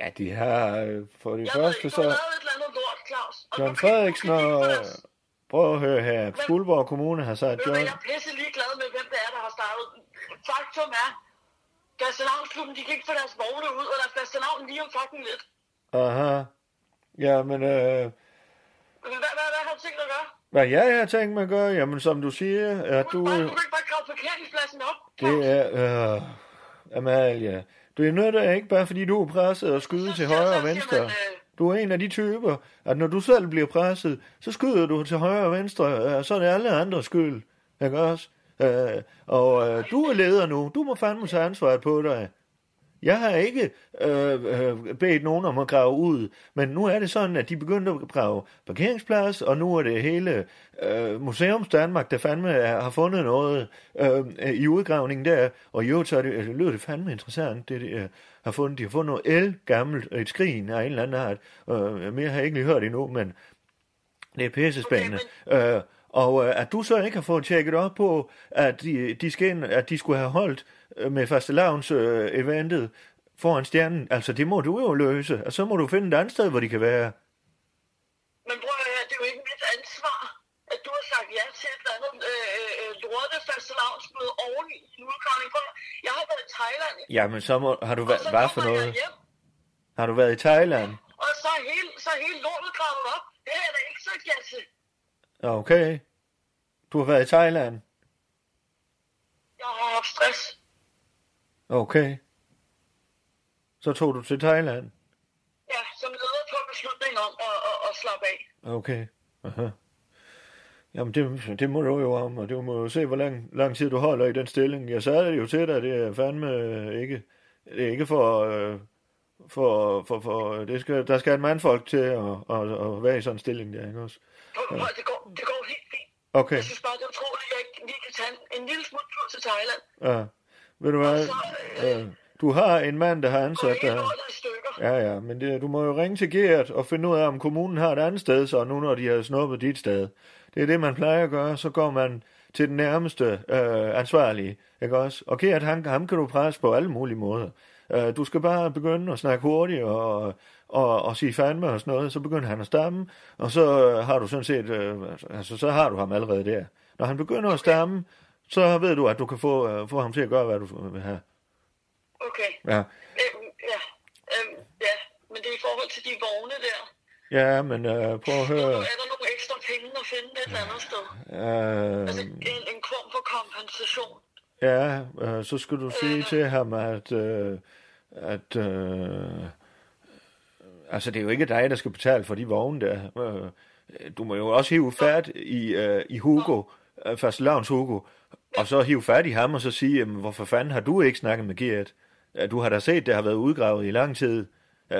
Ja, de har øh, for det
Jeg ved
første
ikke, du har
så
lavet et eller andet lort, Claus. Og du
John
kan- du kan
Frederiksen
ikke
og...
få deres-
Prøv at høre her. Skuldborg Kommune har sagt,
Ved du,
John,
hvad, jeg er pisse ligeglad med, hvem det er, der har startet. den. Faktum er, fastelavnsklubben, de kan ikke få deres vogne ud, og der er fastelavn lige om fucking lidt.
aha, ja, men øh,
Men Hvad, hvad, hvad har du tænkt dig at gøre?
hvad jeg har tænkt mig at gøre, jamen som du siger, at
Du,
du,
du, bare, du kan ikke bare grave parkeringspladsen op.
det er, øh, Amalie, du er nødt til ikke bare fordi du er presset og skyde til højre og venstre. Du er en af de typer, at når du selv bliver presset, så skyder du til højre og venstre, øh, så er det alle andres skyld, ikke også? Øh, og øh, du er leder nu, du må fandme tage ansvaret på dig. Jeg har ikke øh, øh, bedt nogen om at grave ud, men nu er det sådan, at de begyndte at grave parkeringsplads, og nu er det hele øh, Museums Danmark, der fandme er, har fundet noget øh, øh, i udgravningen der, og i øvrigt så er det, øh, lyder det fandme interessant, det de øh, har fundet. De har fundet noget el gammelt, et skrin af en eller anden art, øh, mere har jeg ikke lige hørt endnu, men det er pissespændende. Okay, men... øh, og øh, at du så ikke har fået tjekket op på, at de, de, skal ind, at de skulle have holdt øh, med fastelavns øh, eventet foran stjernen. Altså, det må du jo løse, og så må du finde et andet sted, hvor de kan være.
Men prøv at høre, det er jo ikke mit ansvar, at du har sagt ja til et eller andet øh, øh, øh, lortet fastelavnsmøde oven i en udgravning. Prøv at høre, Jeg har været i Thailand,
Jamen, så må, har du
og så
været... Hvad for
kommer jeg
noget?
hjem,
Har du været i Thailand?
og så er hele, så er hele lortet gravet op. Det er jeg da ikke sagt ja til.
Okay. Du har været i Thailand?
Jeg har haft stress.
Okay. Så tog du til Thailand?
Ja, som leder på en beslutning om at, at, at slappe af.
Okay. Aha. Jamen, det, det må du jo om, og du må jo se, hvor lang, lang tid du holder i den stilling. Jeg sagde det jo til dig, det er fandme øh, ikke, det er ikke for, øh, for, for, for det skal, der skal en mandfolk til at, at, at være i sådan en stilling der, ikke også?
Prøv, prøv, det, går, det går helt fint.
Okay.
Jeg synes bare, det er utroligt, at jeg ikke lige kan tage en, en lille smule tur til Thailand.
Ja. Ved du hvad? Øh, du har en mand, der har ansat dig. Ja, ja, men det, du må jo ringe til Gert og finde ud af, om kommunen har et andet sted, så nu når de har snuppet dit sted. Det er det, man plejer at gøre, så går man til den nærmeste øh, ansvarlige, ikke også? Og Gert, han, ham kan du presse på alle mulige måder. Øh, du skal bare begynde at snakke hurtigt og, og, og sige fandme og sådan noget, så begynder han at stamme, og så øh, har du sådan set, øh, altså så har du ham allerede der. Når han begynder at stamme, så ved du, at du kan få, øh, få ham til at gøre, hvad du vil have.
Okay.
Ja.
Øhm, ja. Øhm, ja, men det er i forhold til de vogne der.
Ja, men øh, prøv at høre.
Er der nogle ekstra penge at finde et eller andet sted?
Øh,
En, en form for kompensation.
ja, øh, så skal du sige til ham, at, øh, at øh, altså det er jo ikke dig, der skal betale for de vogne der. Øh, du må jo også hive fat i, øh, i Hugo, øh, fastelavns Hugo, og så hive fat i ham og så sige, jamen, hvorfor fanden har du ikke snakket med Gert? Øh, Du har da set, det har været udgravet i lang tid. Øh,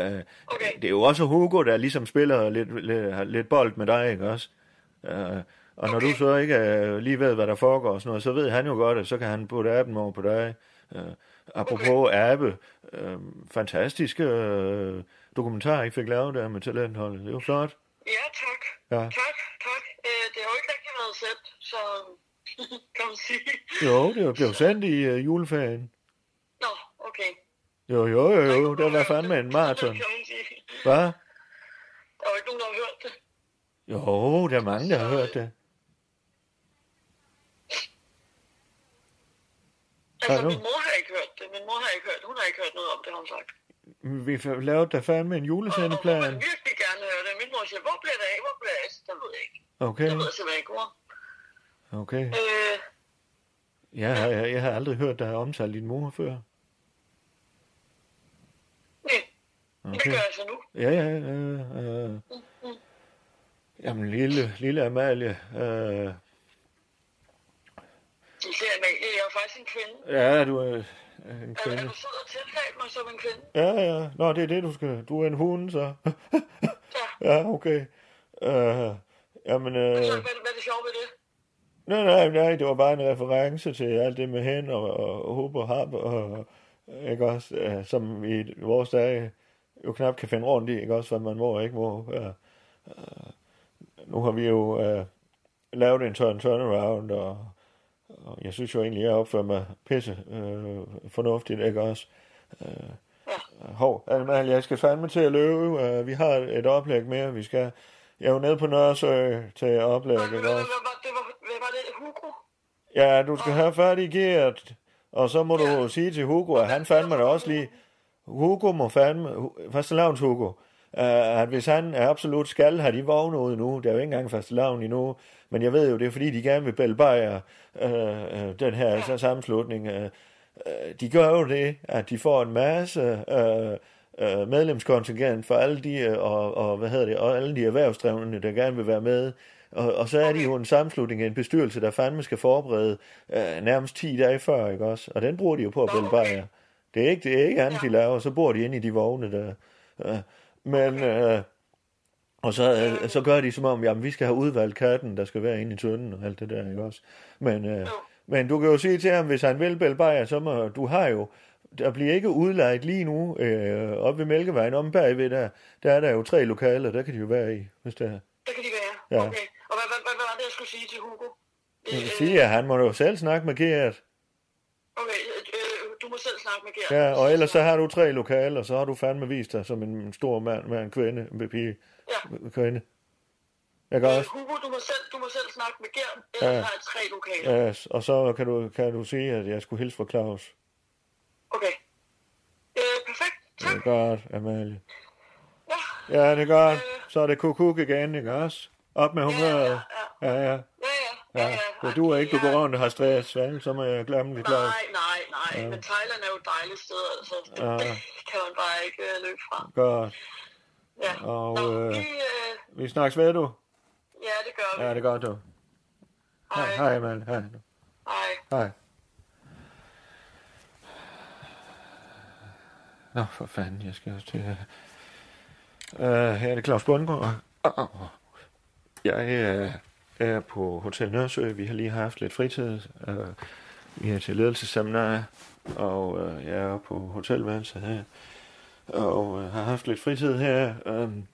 Det er jo også Hugo, der ligesom spiller lidt, lidt, lidt bold med dig, ikke også? Øh, og når okay. du så ikke øh, lige ved, hvad der foregår og sådan noget, så ved han jo godt, at så kan han putte appen over på dig. Øh, apropos okay. appe, øh, fantastiske øh, dokumentar, I fik lavet der med talentholdet. Det var flot.
Ja, tak.
Ja.
Tak, tak. Øh, det har jo ikke rigtig været sendt, så kan man sige.
Jo, det var blevet sendt i øh, juleferien.
Nå, okay.
Jo, jo, jo, jo. Det var fandme en maraton.
Kan man sige.
Hvad?
Der er jo ikke nogen, der har hørt det.
Jo, der er mange, der har hørt det.
Altså,
Hallo?
min mor har ikke hørt det. Min mor har ikke hørt Hun har ikke hørt noget om det, har hun sagt.
Vi f- lavede da fandme en julesendeplan.
virkelig gerne høre det. Min mor siger, hvor bliver det af? Hvor bliver det af? Det ved jeg ikke.
Okay,
Det ved jeg simpelthen ikke, mor.
okay.
Øh,
Jeg har, jeg, jeg har aldrig hørt dig omtale din mor før.
nej. Okay. Det
Okay.
gør jeg så nu.
Ja, ja, øh, øh. Jamen, lille, lille Amalie. Øh,
Især Amalie, jeg er faktisk en kvinde.
ja, du er øh, en
Er, er
kvinde.
du sød og tiltalt mig som en kvinde?
Ja, ja. Nå, det er det, du skal. Du er en hund, så. ja, okay. Øh, jamen,
Så
øh,
hvad, hvad er det sjove ved det?
nej, nej, nej, det var bare en reference til alt det med hen og, og hop og hap, og, ikke også, øh, som i vores dage jo knap kan finde rundt i, ikke også, hvad man må og ikke må. Øh, øh, nu har vi jo øh, lavet en turn turnaround, og, og jeg synes jo egentlig, at jeg opfører mig pisse øh, fornuftigt, ikke også? Øh, hov, Almal, jeg skal fandme til at løbe. Øh, vi har et oplæg mere, vi skal... Jeg er jo nede på Nørresø til oplæg, ikke også?
Hvad var det? Hugo?
Ja, du skal have fat i Gert, og så må du sige til Hugo, at han fandme det også lige... Hugo må fandme... Hu- Fastelavns Hugo. Uh, at hvis han er absolut skal have de vogne ud nu, der er jo ikke engang fastelavn endnu, men jeg ved jo, det er fordi, de gerne vil bælge bajer, uh, uh, den her så sammenslutning. Uh, uh, de gør jo det, at de får en masse uh, uh, medlemskontingent for alle de, uh, og, og, hvad hedder det, og alle de erhvervsdrivende, der gerne vil være med, og, og så er det jo en sammenslutning af en bestyrelse, der fandme skal forberede øh, nærmest 10 dage før, ikke også? Og den bruger de jo på at vælge bajer. Det er ikke, det er ikke andet, de laver, så bor de inde i de vogne der. Øh, men, øh, og så, øh, så gør de som om, jamen vi skal have udvalgt katten, der skal være inde i tønden og alt det der, ikke også? Men, øh, men du kan jo sige til ham, hvis han vil bælge bajer, så må, du har jo, der bliver ikke udlejet lige nu øh, oppe ved Mælkevejen om bagved der, der er der jo tre lokaler, der kan de jo være i, hvis det er.
Der kan de være.
Ja.
Okay. Og hvad, hvad, hvad, hvad var det, jeg skulle sige til Hugo?
Jeg vil sige, at han må jo selv snakke med Gert.
Okay, øh, du du må selv snakke med Gert.
Ja, og ellers så har du tre lokaler, så har du fandme vist dig som en stor mand med en kvinde, med pige. Ja. Kvinde. Jeg kan
Øh,
også.
Hugo, du må selv, du må selv snakke med Gert, ellers
Ja.
har jeg tre lokaler.
Ja, og så kan du, kan du sige, at jeg skulle hilse fra Claus.
Okay. Øh, perfekt.
Det er godt, Amalie. Ja, det er godt. Så er det kukuk igen, ikke også? Op med humøret. Ja, ja. Ja, ja. ja. Du er ikke, du går rundt og har stress, vel? Så må jeg glemme det, Claus.
Nej, nej, nej.
Ja.
Men Thailand er jo et dejligt sted, altså. Det,
Ja.
det kan man bare ikke øh, løbe fra.
Godt.
Ja.
Og øh,
Vi, øh,
vi snakkes ved, du?
ja, det gør vi.
Ja, det er godt, du. Hej, hej, Amalie. Hej.
Hej.
Hej. Nå, for fanden, jeg skal også til... Uh, her er det Claus Bundgaard. Uh, uh, jeg øh, er på Hotel Nørresø. Vi har lige haft lidt fritid. Uh, vi er til ledelsesseminar, og uh, jeg er oppe på hotelværelset her. Og uh, har haft lidt fritid her. Um,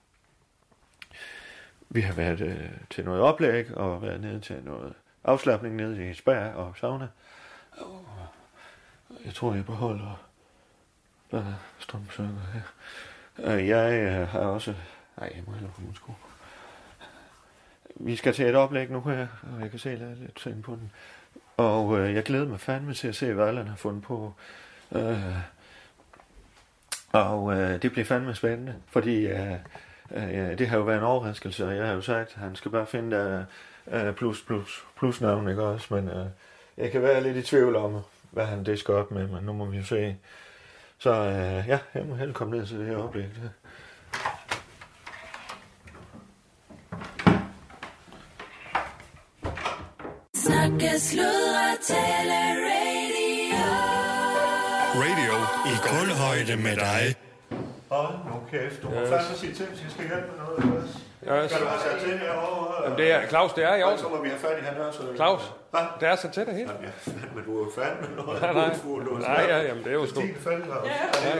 vi har været øh, til noget oplæg, og været nede til noget afslappning nede i spa og sauna. Og jeg tror, jeg beholder bare strømsøkker her. Øh, Jeg øh, har også... Nej, jeg må hellere få mine sko. på. Vi skal til et oplæg nu her, og jeg kan se, at jeg er lidt sen på den. Og øh, jeg glæder mig fandme til at se, hvad Allan har fundet på. Øh, og øh, det bliver fandme spændende, fordi øh, øh, det har jo været en overraskelse, og jeg har jo sagt, at han skal bare finde øh, øh, plus, plus, plus navn, ikke også? Men øh, jeg kan være lidt i tvivl om, hvad han det skal op med, men nu må vi jo se. Så øh, ja, jeg må hellere komme ned til det her oplæg. der.
Snakke, sludre, tale, radio.
Radio i kulhøjde med dig.
Hold nu kæft, du må
Yes.
fandme sige til, hvis jeg skal hjælpe med noget. ikke også?
Yes.
Kan du have sat til herovre?
Jamen, det er- Claus, det er i orden.
Så må vi have fat i han også.
Claus,
Hvad?
det er så tæt af hele.
Jamen, jeg fandme, du er jo fandme noget.
Nej, nej.
ufugl, du er
Nej,
sådan.
ja, jamen, det er jo sgu.
Din fandme har-
Ja,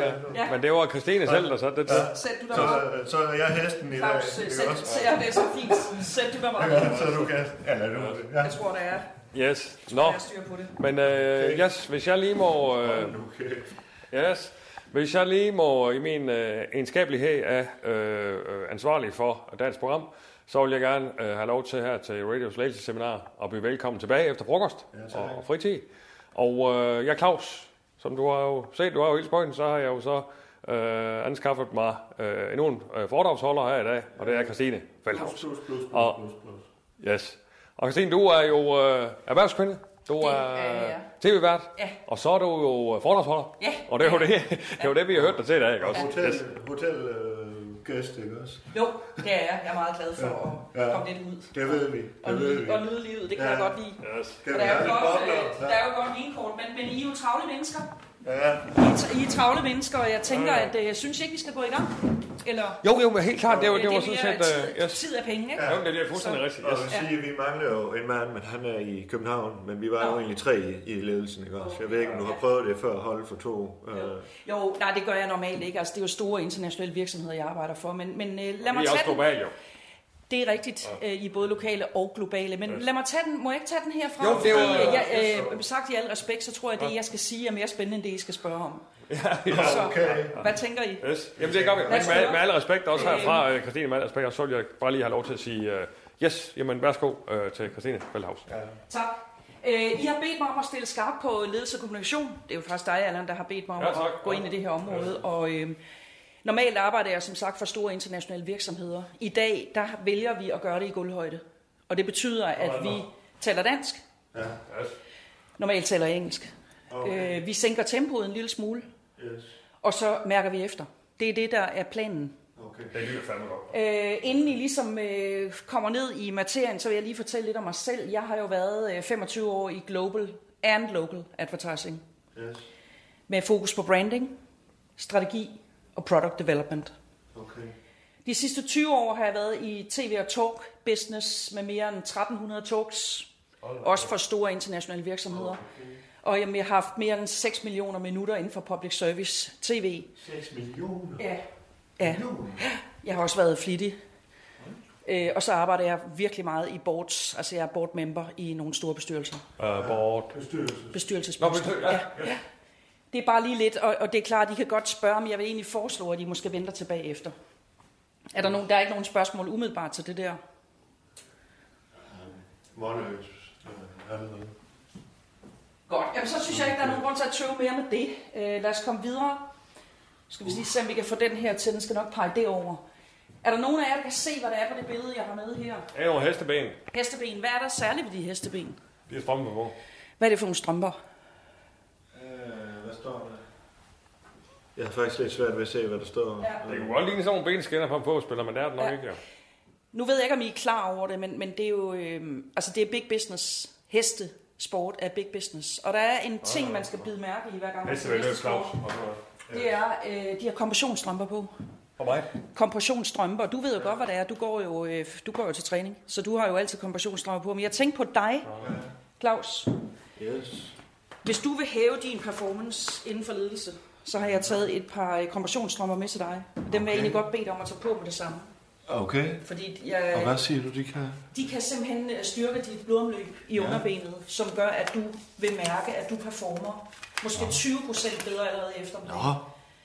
ja. Men det var Christine selv, der satte det til.
Ja.
Sæt du dig
Så,
bare
øh, så er jeg hesten i dag.
Claus, sæt,
ikke
sæt,
også?
sæt, det er så fint. Sæt du dig bare
Ja, så du kan... Ja, du ja.
Jeg tror, det er.
Yes. Nå.
Jeg styrer på det.
Men øh, yes, hvis jeg lige må... Øh, yes. Hvis jeg lige må i min øh, egenskabelighed af øh, øh, ansvarlig for dagens program, så vil jeg gerne øh, have lov til her til Radios Ledelsesseminar at blive velkommen tilbage efter frokost ja, og fritid. Og øh, jeg er Claus, som du har jo set, du har jo hele spøjten, så har jeg jo så øh, anskaffet mig øh, endnu en øh, foredragsholder her i dag, og det er Christine Feldhaus.
Plus, plus, plus,
Og-
plus, plus.
Yes. Og Christine, du er jo øh, erhvervskvinde. Du er,
er jeg.
tv-vært.
Ja.
Og så er du jo øh, foredragsholder.
Ja.
Og det er jo det, det, er jo det vi har hørt dig til i dag, ikke også?
Hotel, hotel øh, gæst, ikke også?
Jo, det er jeg. Jeg er meget glad for
Ja.
at
Ja.
komme lidt ud.
Det ved vi.
Og
Det ved vi.
nyde, og nyde livet, det kan
Ja.
jeg godt lide.
Yes.
Kan
Og
vi
Der
have
er, jo
lidt
godt,
bobler?
øh, der er jo godt menkort, men, men I er jo travle mennesker.
Ja.
I er, I er travle mennesker, og jeg tænker, at øh, jeg synes ikke, vi skal gå i gang. Eller,
Jo, jo, men helt klart. Det var, det var
mere
sådan set...
tid,
Øh, yes.
tid er penge, ikke?
Jo, men det er fuldstændig
Så-
rigtigt.
Og jeg
Yes.
vil sige, at vi mangler jo en mand, men han er i København. Men vi var jo
Nå.
egentlig tre i, i ledelsen, ikke også? Jeg ved ikke, om du har prøvet det før at holde for to. Øh,
Jo, nej, det gør jeg normalt ikke. Altså, det er jo store internationale virksomheder, jeg arbejder for. Men, men øh, lad mig
Vi er også
tage den.
globale, jo.
Det er rigtigt, øh, I er både lokale og globale. Men lad mig tage den. Må jeg ikke tage den herfra?
Jo, det er jo-
Fordi, øh, jeg, øh, sagt i al respekt, så tror jeg, at det, jeg skal sige, er mere spændende, end det, I skal spørge om. Så,
Okay.
hvad tænker I?
Yes. Jamen, det gør vi. Men
Værsgo.
med, med al respekt også herfra, øh, Christine, med al respekt, også, så vil jeg bare lige have lov til at sige... Øh, yes, jamen værsgo øh, til Christine Feldhaus. Ja.
Tak. Øh, I har bedt mig om at stille skarp på ledelse og kommunikation. Det er jo faktisk dig, Allan, der har bedt mig om
Ja,
ja,
tak.
at gå ind i det her område. Og øh, normalt arbejder jeg som sagt for store internationale virksomheder. I dag, der vælger vi at gøre det i gulvhøjde. Og det betyder, at vi taler dansk. Normalt taler jeg engelsk. Okay. Øh, vi sænker tempoet en lille smule,
yes.
og så mærker vi efter. Det er det, der er planen.
Okay.
Det lyder fandme godt.
Øh, inden I ligesom øh, kommer ned i materien, så vil jeg lige fortælle lidt om mig selv. Jeg har jo været øh, 25 år i global and local advertising.
Yes.
med fokus på branding, strategi og product development.
Okay.
De sidste 20 år har jeg været i tv og talk business med mere end 1300 talks, også for store internationale virksomheder. Og jamen, jeg har haft mere end 6 millioner minutter inden for public service tv.
6 millioner.
Ja. ja. Jeg har også været flittig. Øh, og så arbejder jeg virkelig meget i boards. Altså jeg er board member i nogle store bestyrelser.
Uh, board.
Bestyrelse.
Bestyrelsesposter.
Nå, bestyrelse, ja,
ja. Det er bare lige lidt, og, og det er klart, de kan godt spørge, men jeg vil egentlig foreslå, at de måske venter tilbage efter. Er der, nogen, der er ikke nogen spørgsmål umiddelbart til det der?
Månøs.
Godt, jamen så synes jeg ikke, der er nogen grund til at tøve mere med det. Øh, lad os komme videre. Så Skal vi lige se, om vi kan få den her til, den skal nok pege derover. Er der nogen af jer, der kan se, hvad der er på det billede, jeg har med her?
Er over hesteben.
Hesteben, hvad er der særligt ved de hesteben?
De er strømme på.
Hvad er det for nogle strømper?
Øh, hvad står der? Jeg har faktisk lidt svært ved at se, hvad der står.
Ja.
Det kunne godt ligne sådan nogle benskinner på en påspiller, men det er det nok
Ja.
ja. ikke, ja.
Nu ved jeg ikke, om I er klar over det, men, men det er jo øh, altså det er big business. Heste sport er big business. Og der er en ting, man skal bide mærke i, hver gang man
Heste vil løbe Claus.
Det er, øh, de har kompressionsstrømper på.
Og mig?
kompressionsstrømper. Du ved jo godt, hvad det er. Du går jo, øh, du går jo til træning, så du har jo altid kompressionsstrømper på. Men jeg tænker på dig, Claus.
Yes.
Hvis du vil hæve din performance inden for ledelse, så har jeg taget et par øh, kompressionsstrømper med til dig. Dem vil jeg egentlig godt bede dig om at tage på med det samme.
Okay.
Fordi
Og
jeg,
hvad siger du, de kan?
de kan simpelthen øh, styrke dit blodomløb i
Ja.
underbenet, som gør, at du vil mærke, at du performer måske 20% bedre allerede efter
Nå,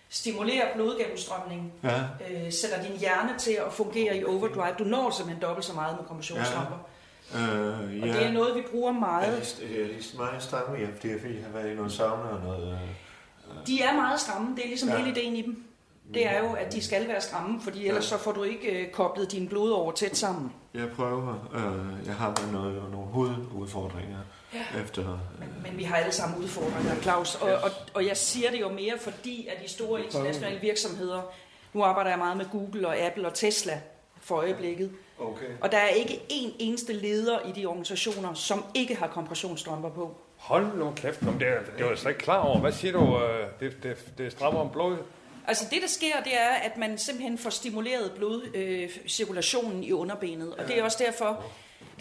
Stimulerer blodgennemstrømningen,
ja.
øh, sætter din hjerne til at fungere i overdrive. Du når simpelthen dobbelt så meget med kompressionsstrømper. Ja.
Øh,
Og det er noget, vi bruger
Ja,
meget.
de, de, de mange stramme hjem, det er fordi, han var i noget sauna og noget... Øh,
De er meget stramme, det er ligesom
Ja.
ja. hele ideen i dem. Det er jo, at de skal være stramme, fordi ellers så får du ikke øh, koblet dine blod over tæt sammen.
jeg prøver, øh, jeg har med noget, nogle hovedudfordringer ja. efter... Øh,
Men vi har alle sammen udfordringer, Claus. Og, og, og jeg siger det jo mere, fordi at de store internationale virksomheder, nu arbejder jeg meget med Google og Apple og Tesla for øjeblikket,
okay.
og der er ikke en eneste leder i de organisationer, som ikke har kompressionsstrømper på.
Hold nu kæft. Nå, men det, er- det var jeg slet ikke klar over. Hvad siger du? øh, Det, det, det strammer om blod?
Altså det, der sker, det er, at man simpelthen får stimuleret blodcirkulationen øh, i underbenet. Og det er også derfor,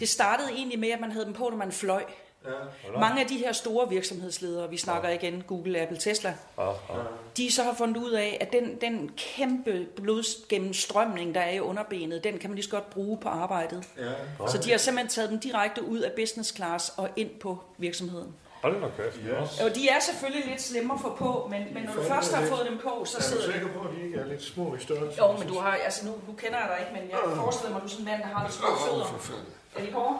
det startede egentlig med, at man havde dem på, når man fløj. Ja. Mange af de her store virksomhedsledere, vi snakker igen, Google, Apple, Tesla, ja. de så har fundet ud af, at den, den kæmpe blodgennemstrømning, der er i underbenet, den kan man lige så godt bruge på arbejdet. Ja. Så de har simpelthen taget dem direkte ud af business class og ind på virksomheden.
Hold nu kæft. Yes.
Jo, de er selvfølgelig lidt slemmere at få på, men, men når du først har fået dem på, så sidder det.
på, at de ikke er lidt små i størrelse?
Jo, men du har, altså nu, nu kender jeg dig ikke, men jeg forestiller mig, at du er sådan en mand, der har lidt små fødder. Er de hårde?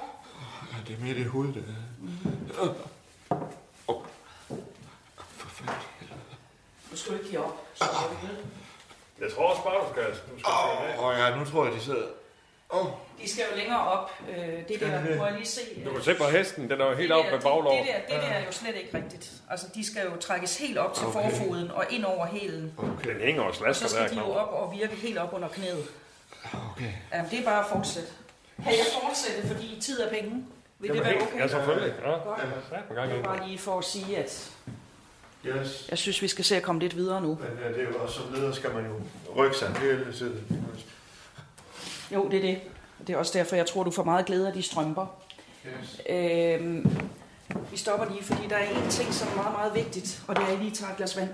Ja, det er mere det hoved, det er.
Du skal jo ikke give op, så jeg vil.
Jeg tror også bare, du skal... Du skal
Åh, oh, ja, nu tror jeg, de sidder...
De skal jo længere op. Øh, det der, må jeg lige se.
du kan se på hesten, den er jo helt
Det
op
der-
med baglov.
Det, det, der, det der er jo slet ikke rigtigt. Altså, de skal jo trækkes helt op til forfoden og ind over hælen.
Den hænger også laster
Så skal
der,
de jo
Claus.
op og virke helt op under knæet.
Okay.
Jamen, det er bare at fortsætte. Kan jeg fortsætte, fordi tid er penge? Vil det
Jamen, Altså, helt-
være okay?
Ja, selvfølgelig. Ja.
Godt.
På gang
Det
i
er Bare lige for at sige, at
Yes.
jeg synes, vi skal se at komme lidt videre nu.
Men ja, det er jo også, som leder skal man jo rykke sig. Det er lidt sådan.
Jo, det er det. Det er også derfor, jeg tror, du får meget glæde af de strømper.
Yes.
Øhm, vi stopper lige, fordi der er en ting, som er meget, meget vigtigt, og det er, at I lige tager et glas vand.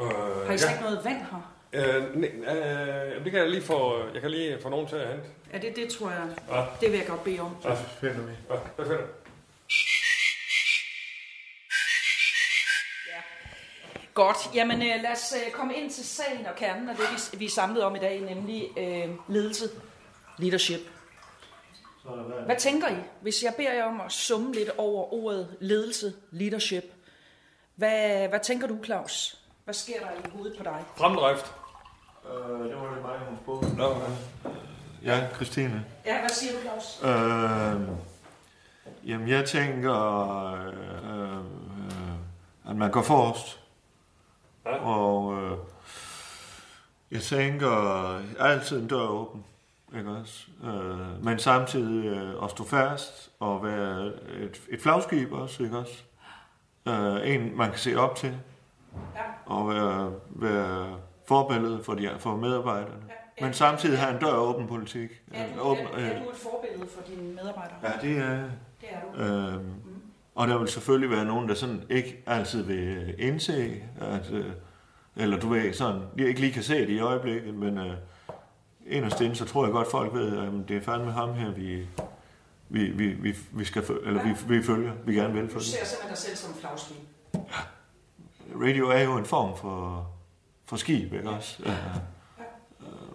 Øh,
Har I slet
ja.
ikke noget vand her?
Øh, nej, øh, jamen, det kan jeg lige få, jeg kan lige få nogen til at hente.
Ja, det, det tror jeg.
Ja.
Det vil jeg godt bede om.
Så finder vi.
Ja, hvad finder du?
Godt. Jamen, øh, lad os øh, komme ind til sagen og kernen og det, vi, vi er samlet om i dag, nemlig øh, ledelse. Leadership.
Så er der vand.
Hvad tænker I, hvis jeg beder jer om at summe lidt over ordet ledelse, leadership? Hvad, hvad tænker du, Claus? Hvad sker der i hovedet på dig?
Fremdrift.
Øh, det var det mig, hun
Nå,
spurgte. Ja, Christine.
Ja, hvad siger du, Claus?
Øh, jamen, jeg tænker, øh, øh, at man går forrest.
Ja.
Og øh, jeg tænker, altid en dør åben. Ikke også? Øh, men samtidig øh, at stå fast og være et, et flagskib også, ikke også? Øh, en, man kan se op til.
Ja.
Og være, være forbillede for, de, for medarbejderne.
ja.
Men samtidig have en dør åben politik.
Er
Øh,
du,
åben,
er,
øh,
er du et forbillede for dine medarbejdere?
Ja, det er
Det er du.
øhm, Og der vil selvfølgelig være nogen, der sådan ikke altid vil indse, at, øh, eller du ved, sådan, de ikke lige kan se det i øjeblikket, men øh, inderst inde, så tror jeg godt, folk ved, at jamen, det er fandme ham her, vi, vi, vi, vi, vi skal følge, eller vi, vi følger, vi gerne vil
Du
følge.
ser simpelthen dig selv som flagskib.
radio er jo en form for, for skib, ikke også? Øh, øh,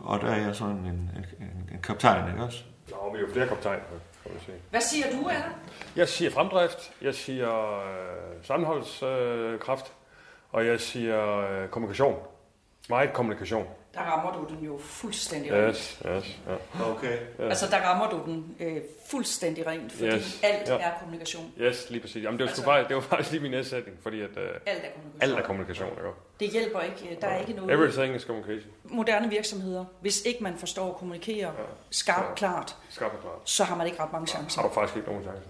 og der er jeg sådan en, en, en, en kaptajn, ikke også?
Nå, vi er jo flere kaptajner, kan man sige.
Hvad siger du, Anna?
Jeg siger fremdrift, jeg siger øh, sammenholdskraft, øh, kraft, og jeg siger øh, kommunikation. Meget kommunikation.
Der rammer du den jo fuldstændig rent.
Yes, yes, ja.
Okay.
Ja.
Altså, der rammer du den øh, fuldstændig rent, fordi
Yes.
alt
Ja.
er kommunikation.
Yes, lige præcis. Jamen, det var, altså,
Altså-
faktisk, det var faktisk lige min næstsætning, fordi at, øh,
Alt er kommunikation.
alt er kommunikation. Ikke?
Det hjælper ikke. øh, Der er ikke noget...
Everything is communication.
Moderne virksomheder, hvis ikke man forstår at kommunikere skarpt
Ja.
klart,
Skarpt og klart.
så har man ikke ret mange chancer.
Har du faktisk ikke nogen chance.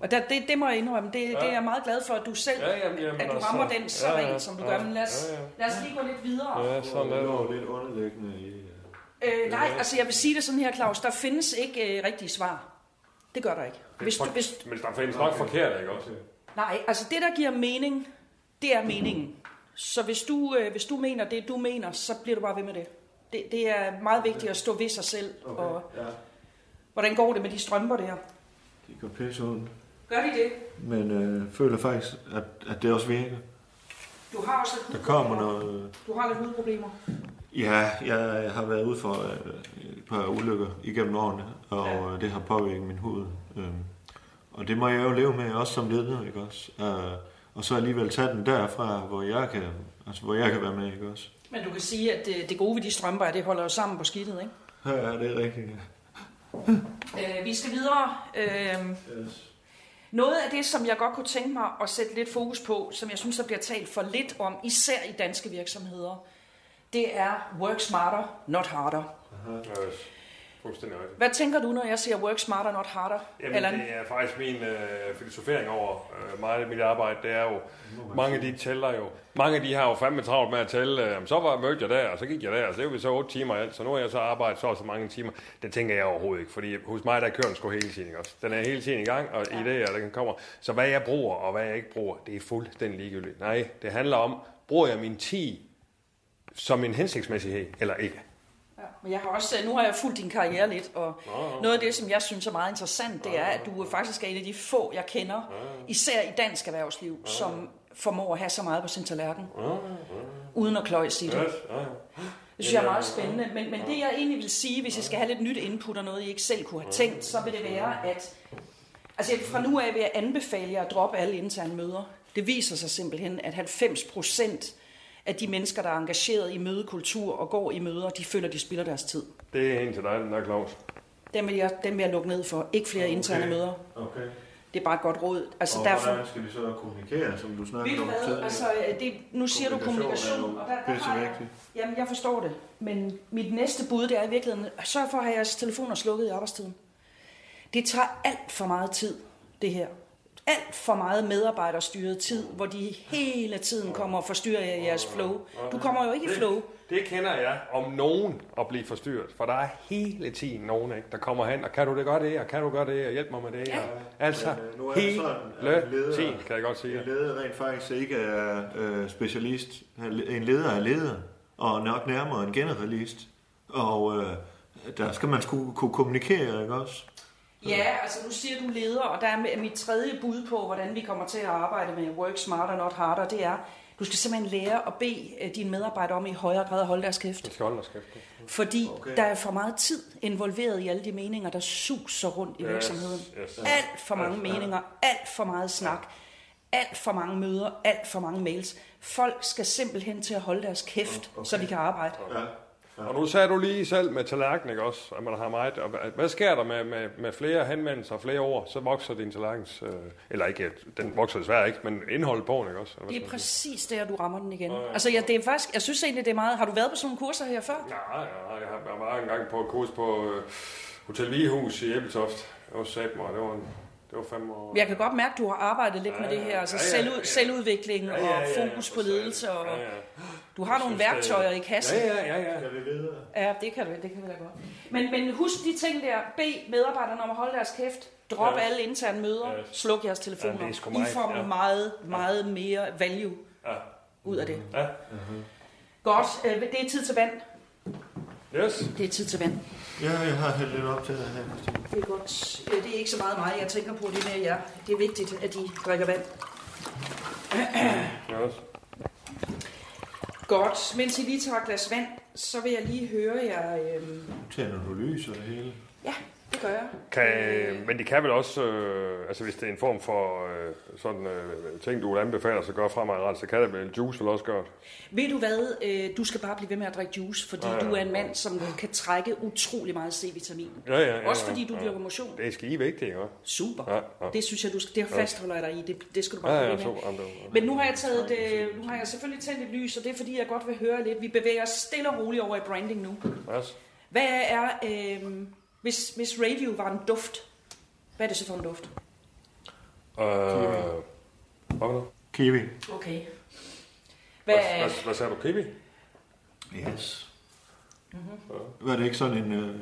Og der, det, det må jeg indrømme, det, det
Ja.
er jeg meget glad for, at du selv
Ja, jamen, jamen,
at du
altså.
rammer den så
Ja,
ja,
ja,
rent, som du
ja,
gør. Men lad os,
ja, ja.
lad os lige gå lidt videre.
Ja, sådan er
Det
det.
var lidt underliggende i...
Øh, nej, altså jeg vil sige det sådan her, Claus, der findes ikke øh, rigtige svar. Det gør der ikke. Hvis du, hvis,
Men der findes nok forkert, ikke også?
nej, altså det, der giver mening, det er meningen. Så hvis du, øh, hvis du mener det, du mener, så bliver du bare ved med det. Det, det er meget vigtigt at stå ved sig selv. Okay. Og,
Ja,
hvordan går det med de strømper der?
de går pisse ondt.
Gør de det?
Men øh, føler faktisk, at, at det også virker.
Du har også lidt
Der kommer
hudproblemer.
noget... øh,
Du har lidt hudproblemer.
Ja, jeg har været ude for øh, et par ulykker igennem årene, og
Ja.
ja. det har påvirket min hud. Øh, og det må jeg jo leve med, også som leder, ikke også? Øh, og så alligevel tage den derfra, hvor jeg kan, altså, hvor jeg kan være med, ikke også?
Men du kan sige, at øh, det, det gode ved de strømper er, at det holder jo sammen på skidtet, ikke?
Ja, det er rigtigt. ja.
Øh, vi skal videre. Øh, noget af det, som jeg godt kunne tænke mig at sætte lidt fokus på, som jeg synes, der bliver talt for lidt om, især i danske virksomheder, det er work smarter, not harder.
Yes. Fuldstændig rigtigt.
Hvad tænker du, når jeg siger work smarter, not harder?
Jamen,
Allan?
det er faktisk min øh, filosofering over øh, meget af mit arbejde, det er jo, mange af de tæller jo, mange af de har jo fandme travlt med at tælle, øh, "Jamen, så var, mødte jeg der, og så gik jeg der, og så er vi så otte timer i alt, så nu har jeg så arbejdet så og så mange timer. Det tænker jeg overhovedet ikke, fordi hos mig der er køren sgu hele tiden, ikke også? Den er hele tiden i gang, og ja. idéer, der kommer. Så hvad jeg bruger, og hvad jeg ikke bruger, det er fuldstændig ligegyldigt. Nej, det handler om, bruger jeg min 10 som en hensigtsmæssighed, eller ikke?
Ja, Men jeg har også, øh, nu har jeg fulgt din karriere lidt, og noget af det, som jeg synes er meget interessant, det er, at du øh, faktisk er en af de få, jeg kender, især i dansk erhvervsliv, som formår at have så meget på sin tallerken, uden at kløjse i det. Det synes jeg er meget spændende, men, men det jeg egentlig vil sige, hvis jeg skal have lidt nyt input og noget, I ikke selv kunne have tænkt, så vil det være, at altså, jeg- fra nu af vil jeg anbefale jer at droppe alle interne møder. Det viser sig simpelthen, at 90 procent af de mennesker, der er engageret i mødekultur og går i møder, de føler, de spilder deres tid.
Det er en til dig, den der Claus.
Den vil jeg, den vil jeg lukke ned for. Ikke flere okay. interne møder.
Okay.
Det er bare et godt råd. Altså,
Og
derfor...
hvordan skal vi så kommunikere, som du
Ved
snakkede
du
om
hvad,
tidligere?
altså, det, nu siger du kommunikation, og der, der har jeg,
Pissevigtigt.
jamen, jeg forstår det, men mit næste bud, det er i virkeligheden, sørg for at have jeres telefoner slukket i arbejdstiden. Det tager alt for meget tid, det her. Alt for meget medarbejderstyret tid, hvor de hele tiden kommer og forstyrrer jer i jeres flow. Du kommer jo ikke i flow.
Det kender jeg om nogen at blive forstyrret, for der er hele tiden nogen, ikke, der kommer hen, og kan du det gøre det, og kan du gøre det, og hjælp mig med det. Ja. Og, altså,
Men, øh, nu er det
hele
sådan, at en leder-
tiden, kan jeg godt sige.
En leder rent faktisk ikke er øh, specialist. Han- En leder er leder, og nok nærmere en generalist. Og øh, der skal man sku, kunne kommunikere, ikke også?
Ja, altså nu siger du leder, og der er mi- mit tredje bud på, hvordan vi kommer til at arbejde med work smarter, not harder, det er, du skal simpelthen lære at bede øh, dine medarbejdere om i højere grad at holde deres kæft.
Jeg skal holde dig skæft.
Fordi okay. der er for meget tid involveret i alle de meninger, der suser rundt i virksomheden.
yes.
Alt for mange meninger, alt for meget snak, alt for mange møder, alt for mange mails. Folk skal simpelthen til at holde deres kæft, okay. så de kan arbejde.
Og nu sagde du lige selv med tallerken, ikke også, at man har meget. Og hvad- hvad sker der med, med, med flere henvendelser og flere ord, så vokser din tallerkens, øh, eller ikke, den vokser desværre ikke, men indholdet på den, ikke også? Eller hvad
Det er
skal man sige?
præcis der, du rammer den igen. Altså, ja, det er faktisk, jeg synes egentlig, det er meget... Har du været på sådan nogle kurser her før?
Ja, ja, jeg har- jeg var engang på et kurs på øh, Hotel Vigehus i Ebeltoft. Det var sat mig, det var, en, det var fem år.
Men Jeg kan godt mærke, at du har arbejdet lidt med det her, altså
Ja, ja,
selvud,
ja, ja.
selvudvikling
Ja, ja,
og
ja, ja,
fokus
for
på
satan.
ledelse, og
Ja, ja.
du har nogle
synes, det-
værktøjer i kassen.
Ja, ja, ja, ja.
Ja, det kan, du- det kan vi da godt. Men, men husk de ting der. Bed medarbejderne om at holde deres kæft. Drop
Ja.
alle interne møder.
Ja.
Sluk jeres telefoner.
Ja, det er sgu
I
meget,
får
ja.
meget, meget mere value
Ja.
ud af det.
Ja.
Godt. øh, Det er tid til vand.
Yes.
Det er tid til vand.
Ja, jeg har hældt lidt op til det her.
Det er godt. Øh, Det er ikke så meget mig, jeg tænker på. Det er mere jer. Det er vigtigt, at I drikker vand.
Yes.
Godt. Mens I lige tager et glas vand, så vil jeg lige høre jer... Øhm,
Nu tænder du lys og det hele.
ja, det gør jeg.
Kan, men det kan vel også, øh, altså hvis det er en form for øh, sådan øh, ting, du anbefaler sig at gøre fremadrettet, så kan det vel juice vel også gøre det.
Ved du hvad? Øh, du skal bare blive ved med at drikke juice, fordi
Ja,
ja,
ja,
ja, du er en
ja.
mand, som kan trække utrolig meget C-vitamin.
Ja, ja, ja,
Også
ja,
fordi du
ja.
dyrker motion.
Det er skide vigtigt, ikke?
Super.
Ja, ja.
Det synes jeg, du skal, det
Ja.
fastholder jeg dig i. Det, det skal du bare
Ja,
blive
ja,
ved
super.
med.
Jamen, det var-
Men nu har jeg taget det, nu har jeg selvfølgelig tændt et lys, og det er fordi, jeg godt vil høre lidt. Vi bevæger os stille og roligt over i branding nu.
Yes.
Hvad er, øh, hvis, hvis radio var en duft, hvad er det så for en duft?
Øh, hvad var det?
Kiwi.
Okay. Hvad,
Hvad, hvad, hvad sagde du? Kiwi?
Yes. Mm-hmm. Var det ikke sådan en, øh,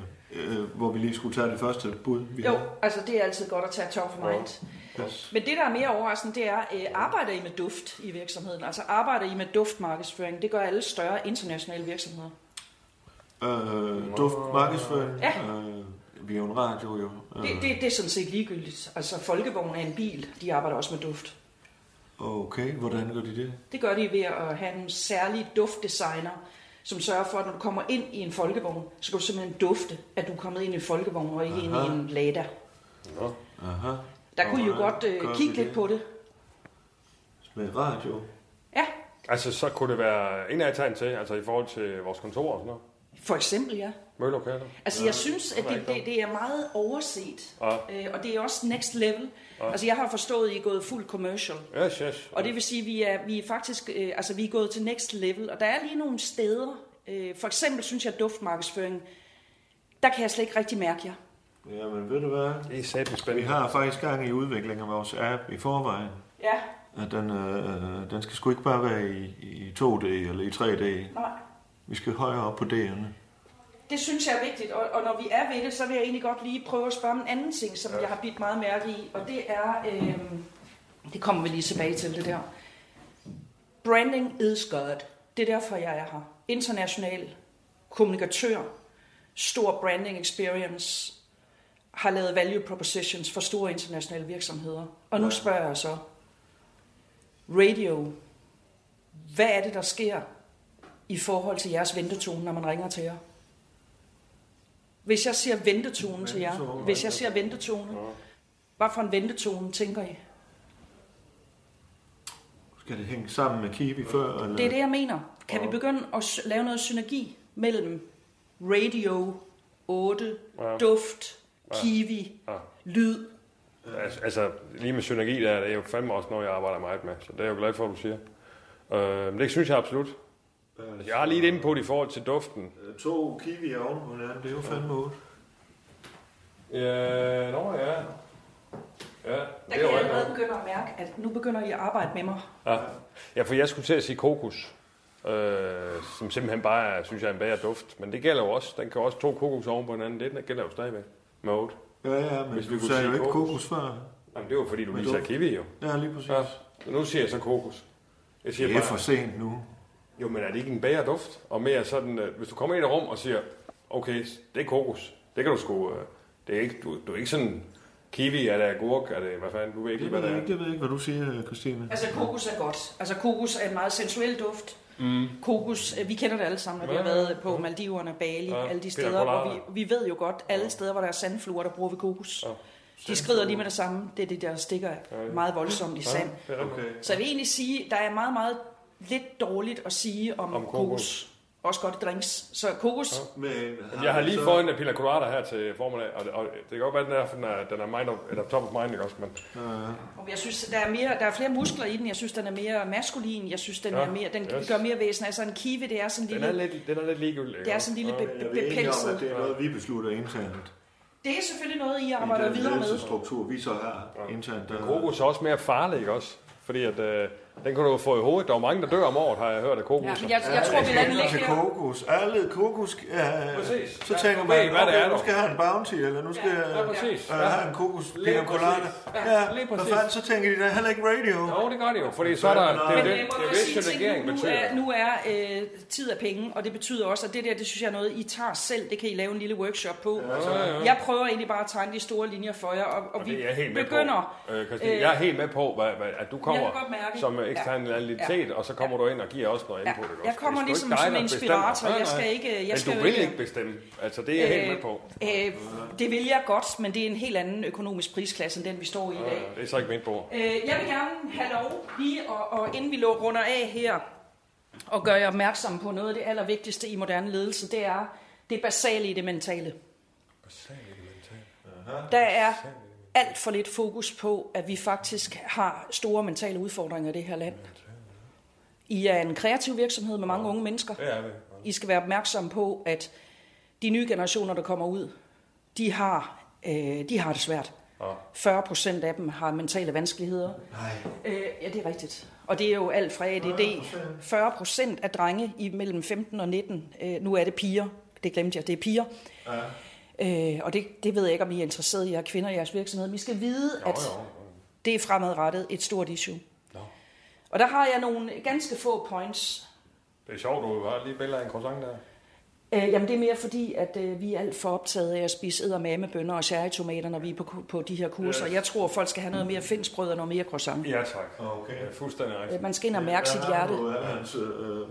øh, hvor vi lige skulle tage det første bud? Vi
jo,
havde?
altså det er altid godt at tage top of mind.
Yes.
Men det, der er mere overraskende, det er, øh, arbejder I med duft i virksomheden? Altså arbejder I med duftmarkedsføring? Det gør alle større internationale virksomheder.
Øh, duft, markedsføring.
Ja.
Øh, vi er jo en radio, jo. Øh,
Det, det, det er sådan set ligegyldigt. Altså folkevogn er en bil, de arbejder også med duft.
Øh, Okay, hvordan gør de det?
Det gør de ved at have en særlig duftdesigner, som sørger for, at når du kommer ind i en folkevogn, så kan du simpelthen dufte, at du er kommet ind i en folkevogn og ikke ind i
Aha.
en Lada.
Aha.
Der kunne I jo
Hvordan
godt øh,
gør
kigge
vi
lidt
det?
på det.
Med radio.
Ja,
Altså, så kunne det være en af tegn til, altså i forhold til vores kontor og sådan noget.
for eksempel ja.
Mødelokaler.
Altså jeg synes, at
det var
det,
ikke dumt.
det, det er meget overset,
Ja.
øh, og det er også next level. Altså jeg har forstået, at I er gået fuld commercial.
Yes, yes.
Og det vil sige, at vi er, vi er faktisk øh, altså, vi er gået til next level, og der er lige nogle steder. Øh, for eksempel synes jeg, at duftmarkedsføring, der kan jeg slet ikke rigtig mærke jer.
Jamen, ved du hvad?
Det er satme
Vi
spændende.
har faktisk gang i udviklingen af vores app i forvejen.
Ja,
At den, øh, den skal sgu ikke bare være i, i 2D eller i 3D.
nej.
Vi skal højere op på D'erne.
Det synes jeg er vigtigt, og, og når vi er ved det, så vil jeg egentlig godt lige prøve at spørge om en anden ting, som jeg har bidt meget mærke i, og det er, øh, det kommer vi lige tilbage til det der. Branding is God. Det er derfor, jeg er her. International kommunikatør, stor branding experience, har lavet value propositions for store internationale virksomheder. Og nu spørger jeg så, radio, hvad er det, der sker i forhold til jeres ventetone, når man ringer til jer? Hvis jeg siger ventetone til jer, hvis jeg siger ventetone, hvad for en ventetone tænker I?
Skal det hænge sammen med Kiwi før? Eller?
Det er det, jeg mener. Kan vi begynde at s- lave noget synergi mellem radio, 8, duft, kiwi, lyd?
Altså, altså, lige med synergi der, det er jo fandme også noget, jeg arbejder meget med. Så det er jeg jo glad for, at du siger. Øh, men det synes jeg absolut. Jeg har lige et input i forhold til duften.
Øh, To Kiwi oven på hinanden, det er jo fandme otte.
Ja, nå ja. Ja,
Der kan jeg allerede begynde at mærke, at nu begynder I at arbejde med mig.
Ja. ja, for jeg skulle til at sige kokos, øh, som simpelthen bare, er, synes jeg, er en bedre duft. Men det gælder jo også. Den kan også to kokos oven på hinanden. Det gælder jo stadigvæk med otte.
Ja, ja, men
Hvis vi
du
kunne
sagde jo
sige
ikke
kokos.
kokos før.
Jamen, det var fordi, du
Men
lige sagde
duft.
kiwi, jo.
Ja, lige præcis.
Ja.
Ja.
Men nu siger jeg så kokos. Jeg siger
Det er for
bare,
sent nu.
jo, men er det ikke en bedre duft? Og mere sådan, øh, hvis du kommer ind i et rum og siger, okay, det er kokos. Det kan du sgu... Øh, det er ikke, du, du er ikke sådan... Kiwi, er det agurk, er det... Hvad fanden, du ved ikke
Det
lige, hvad
ved
det
jeg
er.
ikke, det ved jeg ikke, hvad du siger, Christine.
Altså kokos er godt. Altså kokos er en meget sensuel duft. Mm. Kokos, øh, vi kender det alle sammen, når vi har været på Maldiverne, Bali,
Ja,
ja, alle de
Pina
steder, hvor
Colada.
vi, vi ved jo godt, alle steder, hvor der er sandfluer, der bruger vi kokos.
Ja.
De skrider lige med det samme. Det er det, der stikker meget voldsomt i sand.
Det er rigtigt.
Okay.
Så jeg vil egentlig sige, der er meget, meget lidt dårligt at sige om,
Om
om
kokos.
kokos. Også godt i drinks. Så kokos, ja.
Men har
Jeg har
vi
lige
så-
fået en pina colada her til formiddag, og, og det kan godt være, at den er, den er, den er mind of, eller top of mind, ikke også? Men
Og Jeg synes, der er, mere, der er flere muskler i den. Jeg synes, den er mere maskulin. Jeg synes, den,
Ja,
ja, er mere, den
yes.
yes. gør mere væsen. Altså en kiwi, det er sådan en
den er
lille,
lidt, den er lidt ligegyldig. ikke
det er
også?
sådan en lille
Ja.
be,
Er
be,
vi enige om, at
bepelset.
det er noget, vi beslutter internt?
Det er selvfølgelig noget, I arbejder videre med.
struktur, vi så har internt. Der...
Kokos er også mere farlig, ikke også? Fordi at, øh, den kan du jo få i hovedet. Der er jo mange, der dør om året, har jeg hørt af kokos.
Ja, men jeg, jeg tror, vi lader den ligge
til
her.
kokos. Alle kokos... Øh,
Præcis.
så tænker man,
Ved, hvad det er,
okay, nu
dog.
skal jeg have en bounty, eller nu skal
Ja,
jeg
præcis.
øh, have en kokos pina colada.
præcis. Ja,
Ja,
lige
hvad
præcis.
fanden, så tænker de da heller ikke radio.
Jo, det gør det jo, fordi så er der... Det er jo
Men
det,
jeg må
det,
godt sige
det,
en
regering
ting, nu, nu
betyder.
er, nu er øh, tid af penge, og det betyder også, at det der, det synes jeg er noget, I tager selv. Det kan I lave en lille workshop på. Jeg prøver egentlig bare at tegne de store linjer for jer, og, og,
Og
vi
det er jeg helt med
begynder...
på. Øh, Christine, jeg er helt med på, hvad, hvad, at du kommer
Jeg kan godt mærke.
som øh, eksternalitet, ja. og så kommer ja. du ind og giver os noget input. Ja.
Jeg kommer ligesom som en inspirator. Jeg skal ikke... Jeg
men
skal
du
jo
vil ikke bestemme. Altså, det er jeg helt med på.
Øh, det vil jeg godt, men det er en helt anden økonomisk prisklasse, end den vi står i i dag.
Øh, Det er så ikke mit bord.
Øh, jeg vil gerne have lov lige, og, og inden vi lå runder af her, og gøre jer opmærksom på noget af det allervigtigste i moderne ledelse, det er det basale i det mentale. Der er alt for lidt fokus på, at vi faktisk har store mentale udfordringer i det her land. I er en kreativ virksomhed med mange unge mennesker.
Det er vi.
I skal være opmærksomme på, at de nye generationer, der kommer ud, de har, øh, de har det svært. 40 procent af dem har mentale vanskeligheder. Nej. Øh, ja, det er rigtigt. Og det er jo alt fra ADD. 40 procent af drenge i mellem 15 og 19, øh, nu er det piger, det glemte jeg, det er piger. Ja. Øh, og det, det ved jeg ikke, om I er interesseret i jer kvinder i jeres virksomhed. Men I skal vide, jo, at jo. det er fremadrettet et stort issue.
Nå.
Og der har jeg nogle ganske få points,
Det er sjovt, du har lige billeder af en croissant der.
Øh, jamen det er mere fordi, at øh, vi er alt for optaget af at spise eddermamebønner og cherrytomater, når vi er på, ku- på de her kurser. Jeg tror, folk skal have noget mere finsbrød og noget mere croissant.
Ja, tak.
Okay.
Ja, fuldstændig
Øh,
rigtigt.
man skal ind og mærke sit hjerte.
Der er hans øh,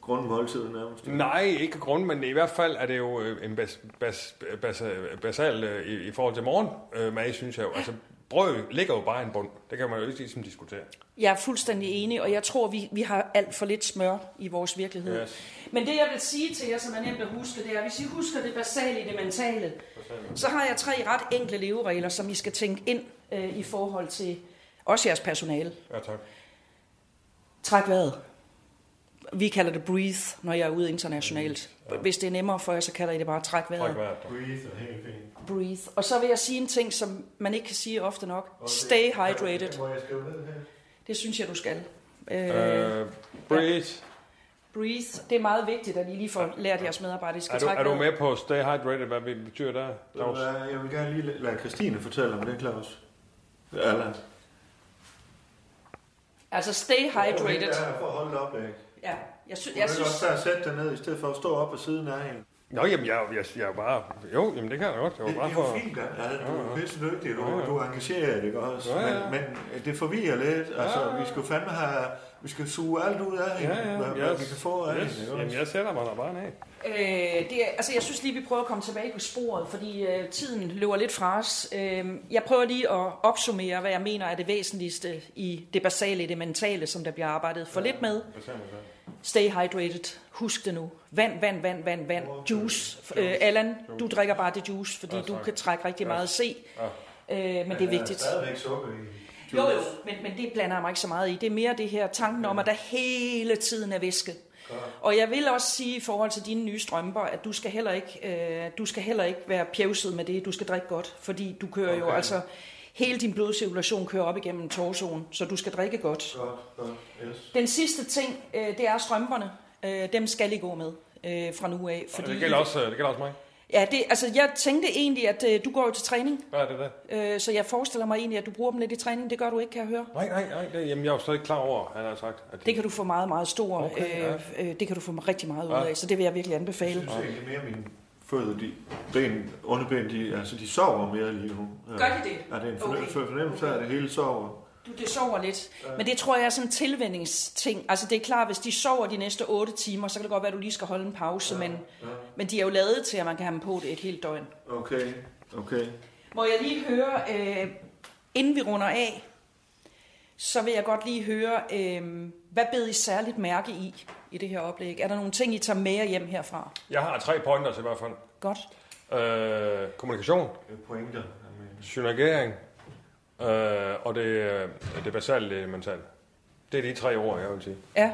grundmåltid nærmest.
Nej, ikke grund, men i hvert fald er det jo øh, en bas, bas, bas, basal øh, i, i forhold til morgenmad, synes jeg jo. Altså, brød ligger jo bare i en bund. Det kan man jo ikke ligesom diskutere.
Jeg er fuldstændig enig, og jeg tror, vi, vi har alt for lidt smør i vores virkelighed.
Yes.
Men det, jeg vil sige til jer, som er nemt at huske, det er, hvis I husker det basale i det mentale, så har jeg tre ret enkle leveregler, som I skal tænke ind øh, i forhold til også jeres personale.
Ja, tak.
Træk vejret. Vi kalder det breathe, når jeg er ude internationalt. Hvis det er nemmere for jer, så kalder I det bare træk vejret.
Tak vejret. dog.
Breathe er helt fint.
Breathe. Og så vil jeg sige en ting, som man ikke kan sige ofte nok. Stay hydrated.
Må jeg skrive ned her?
Det synes jeg, du skal. Øh,
Øh, breathe.
breathe. Det er meget vigtigt, at I lige får lært jeres medarbejdere, at I skal
Er du,
trække
er du
vejret.
med på stay hydrated, hvad det betyder der?
Ved du
Claus?
hvad, Jeg vil gerne lige lade lade Christine fortælle om det, Claus. Eller,
Altså, stay hydrated.
Jeg er for at holde det op, ikke?
Ja, jeg, sy-
Jeg
jeg
synes...
synes...
Du kan sætte dig ned, i stedet for at stå op på siden af hende.
Nå, jamen, jeg, jeg, jeg er bare... Jo, jamen, det kan jeg da godt. Jeg var
Det, det er
bare
jo
for...
fint, da. Ja, du er pisse dygtig, du, ja, ja. du engagerer dig, ikke også?
Ja, ja.
Men, men det forvirrer lidt. Altså, vi skal fandme have... Vi skal suge alt ud af hende,
Ja, ja.
hvad, hvad
yes.
vi kan få af
yes.
hende, ikke
Jamen,
også?
jeg sætter mig der bare ned.
Øh, det er, altså, jeg synes lige, vi prøver at komme tilbage på sporet, fordi øh, tiden løber lidt fra os. Øh, jeg prøver lige at opsummere, hvad jeg mener er det væsentligste i det basale, i det mentale, som der bliver arbejdet for lidt med. Stay hydrated. Husk det nu. Vand, vand, vand, vand, vand. Juice. Øh, Allan, du drikker bare det juice, Ah, fordi du kan trække rigtig meget C. Øh, men det er vigtigt.
Der er stadigvæk sukker i.
Jo, jo, men, men det blander jeg mig ikke så meget i. Det er mere det her tanken om, at der hele tiden er væske. Og jeg vil også sige i forhold til dine nye strømper, at du skal heller ikke, øh, du skal heller ikke være pjevset med det. Du skal drikke godt, fordi du kører okay. jo altså... Hele din blodcirkulation kører op igennem torsoen, så du skal drikke godt.
Godt, godt, yes.
Den sidste ting, øh, det er strømperne. Øh, dem skal I gå med øh, fra nu af.
Fordi... Det, gælder også, øh, det gælder også mig.
Ja, det, altså, jeg tænkte egentlig, at øh, du går jo til træning,
Hvad er det der?
øh, så jeg forestiller mig egentlig, at du bruger dem lidt i træning. Det gør du ikke, kan jeg høre.
Nej, nej, nej. Det, jamen, jeg er jo slet ikke klar over, han har sagt. At
Det kan du få meget, meget stor.
Okay, ja.
øh, øh, det kan du få rigtig meget ud af, så det vil jeg virkelig anbefale.
Jeg synes egentlig mere, mine fødder, de ben, underben, de, altså, de sover mere lige nu.
Gør de det?
Ja, det er en fornem-
Okay.
fornemmelse af, at det hele sover.
Du, det sover lidt. Men det tror jeg er sådan en tilvændingsting. Altså det er klart, hvis de sover de næste 8 timer, så kan det godt være, at du lige skal holde en pause. Men, men de er jo lavet til, at man kan have dem på det et helt døgn.
Okay, okay.
Må jeg lige høre, øh, inden vi runder af, så vil jeg godt lige høre, øh, hvad bed I særligt mærke i, i det her oplæg? Er der nogle ting, I tager med jer hjem herfra?
Jeg har tre pointers i hvert fald.
Godt.
Øh, kommunikation,
Øh, Pointer. jeg mener.
synergering øh, og det, øh, det basale det mentale. Det er de tre ord, jeg vil sige.
Ja.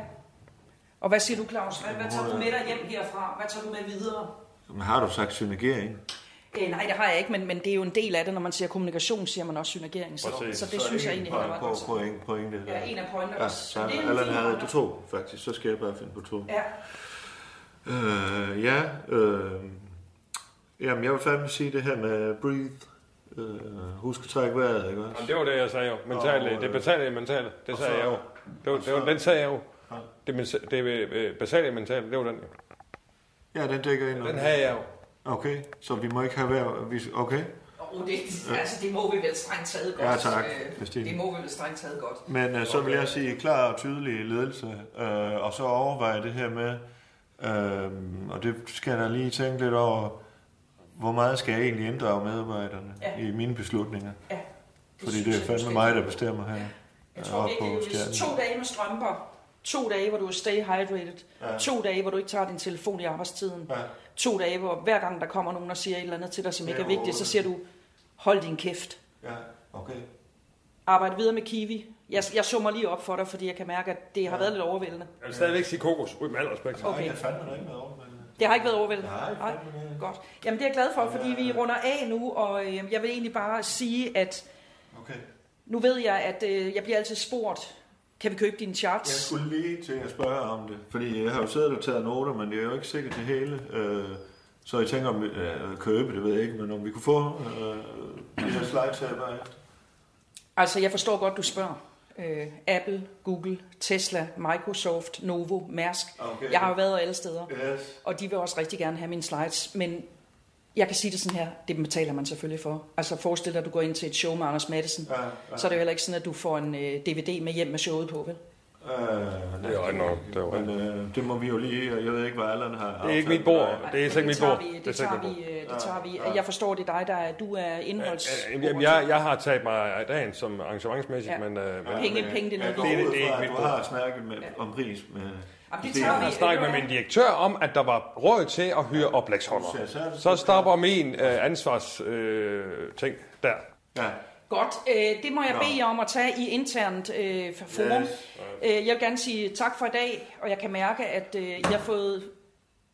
Og hvad siger du, Claus? Hvad, hvad tager du med dig hjem herfra? Hvad tager du med videre?
Men har du sagt synergering?
Øh, nej, det har jeg ikke, men, men det er jo en del af det. Når man siger kommunikation, siger man også synergering. Så,
Præcis.
så det synes jeg egentlig, han er meget godt. sagt.
Point, pointe. der.
Ja, en af pointerne.
Ja,
også.
så
Men det er en
Allan
fin
havde
pointer.
du to, faktisk. Så skal jeg bare finde på to.
Ja.
Øh, ja, øh, jamen, jeg vil fandme sige det her med breathe. Øh, husk at trække vejret, ikke også?
Jamen, det var det, jeg sagde jo. Mentale,
Og, øh,
det basale mentale, det sagde
så-
jeg jo. Det var, det var, den sagde jeg jo. Det, men- det øh, basale mentale, det var den jo.
Ja, den dækker ind.
Den havde jeg jo.
Okay, så vi må ikke have vejr. vi- Okay.
Og bruge det. Altså, det må vi vel strengt taget godt.
Ja, tak,
øh,
Christine.
Det må vi vel strengt taget godt.
Men øh, så vil jeg sige klar og tydelig ledelse, øh, og så overveje det her med, øh, og det skal jeg da lige tænke lidt over, hvor meget skal jeg egentlig inddrage medarbejderne
Ja.
ja. i mine beslutninger?
Ja,
det Fordi det
synes
er
jeg
fandme
måske.
mig, der bestemmer her.
Jeg tror virkelig, hvis ligesom to dage med strømper, to dage, hvor du er stay hydrated, ja.
Ja.
to dage, hvor du ikke tager din telefon i arbejdstiden, ja. to dage, hvor hver gang der kommer nogen og siger et eller andet til dig, som
Ja,
ikke er vigtigt, så siger du, hold din kæft.
Ja, okay.
Arbejde videre med kiwi. Jeg, jeg summer lige op for dig, fordi jeg kan mærke, at det har ja. været lidt overvældende.
Jeg vil stadigvæk sige kokos, ud med al respekt.
Okay.
Jeg fandt mig ikke med over, men... øh,
Det har ikke været overvældende?
Nej,
Godt. Jamen det er jeg glad for, fordi vi runder af nu, og øh, jeg vil egentlig bare sige, at
Okay.
nu ved jeg, at øh, jeg bliver altid spurgt, kan vi købe dine charts?
Jeg skulle lige til at spørge om det, fordi jeg har jo siddet og taget noter, men det er jo ikke sikkert det hele. Øh, så jeg tænker om øh, at købe, det ved jeg ikke, men om vi kunne få øh, de her slides her bare.
Altså, jeg forstår godt, du spørger. Øh, Apple, Google, Tesla, Microsoft, Novo, Mærsk.
Ah, Okay.
Jeg har jo været alle steder,
Yes.
og de vil også rigtig gerne have mine slides, men jeg kan sige det sådan her, det betaler man selvfølgelig for. Altså forestil dig, at du går ind til et show med Anders Madsen,
Ja, ja.
så er det jo heller ikke sådan, at du får en øh, DVD med hjem med showet på, vel?
Øh, nej.
Det er nok. Det er
Men øh, det må vi jo lige, og jeg ved ikke, hvad alderen har
Det er ikke
aftalt.
mit bord.
Nej.
Det er
Men
slet ikke mit
tager
bord.
vi-
Det er
Det
slet
tager
ikke mit
vi. øh, Det tager vi. Jeg forstår det er dig, der er, du er indholds...
bord. Jamen, jeg, jeg har tabt mig af dagen som arrangementsmæssigt,
Ja.
ja. men, øh, men
Penge, penge, det er
Jeg
noget,
går
vi-
Det er-
ud
det er
fra,
ikke
at
mit
du har snakket med, om pris med...
Jamen, det
Christine.
tager vi.
jeg snakker med min direktør om, at der var råd til at hyre oplægsholder. Så stopper min øh, ansvars øh, ting der.
Ja,
Godt, øh, det må jeg bede jer om at tage i internt øh, for- forum. Yes.
Yes.
Jeg vil gerne sige tak for i dag, og jeg kan mærke, at øh, jeg har fået...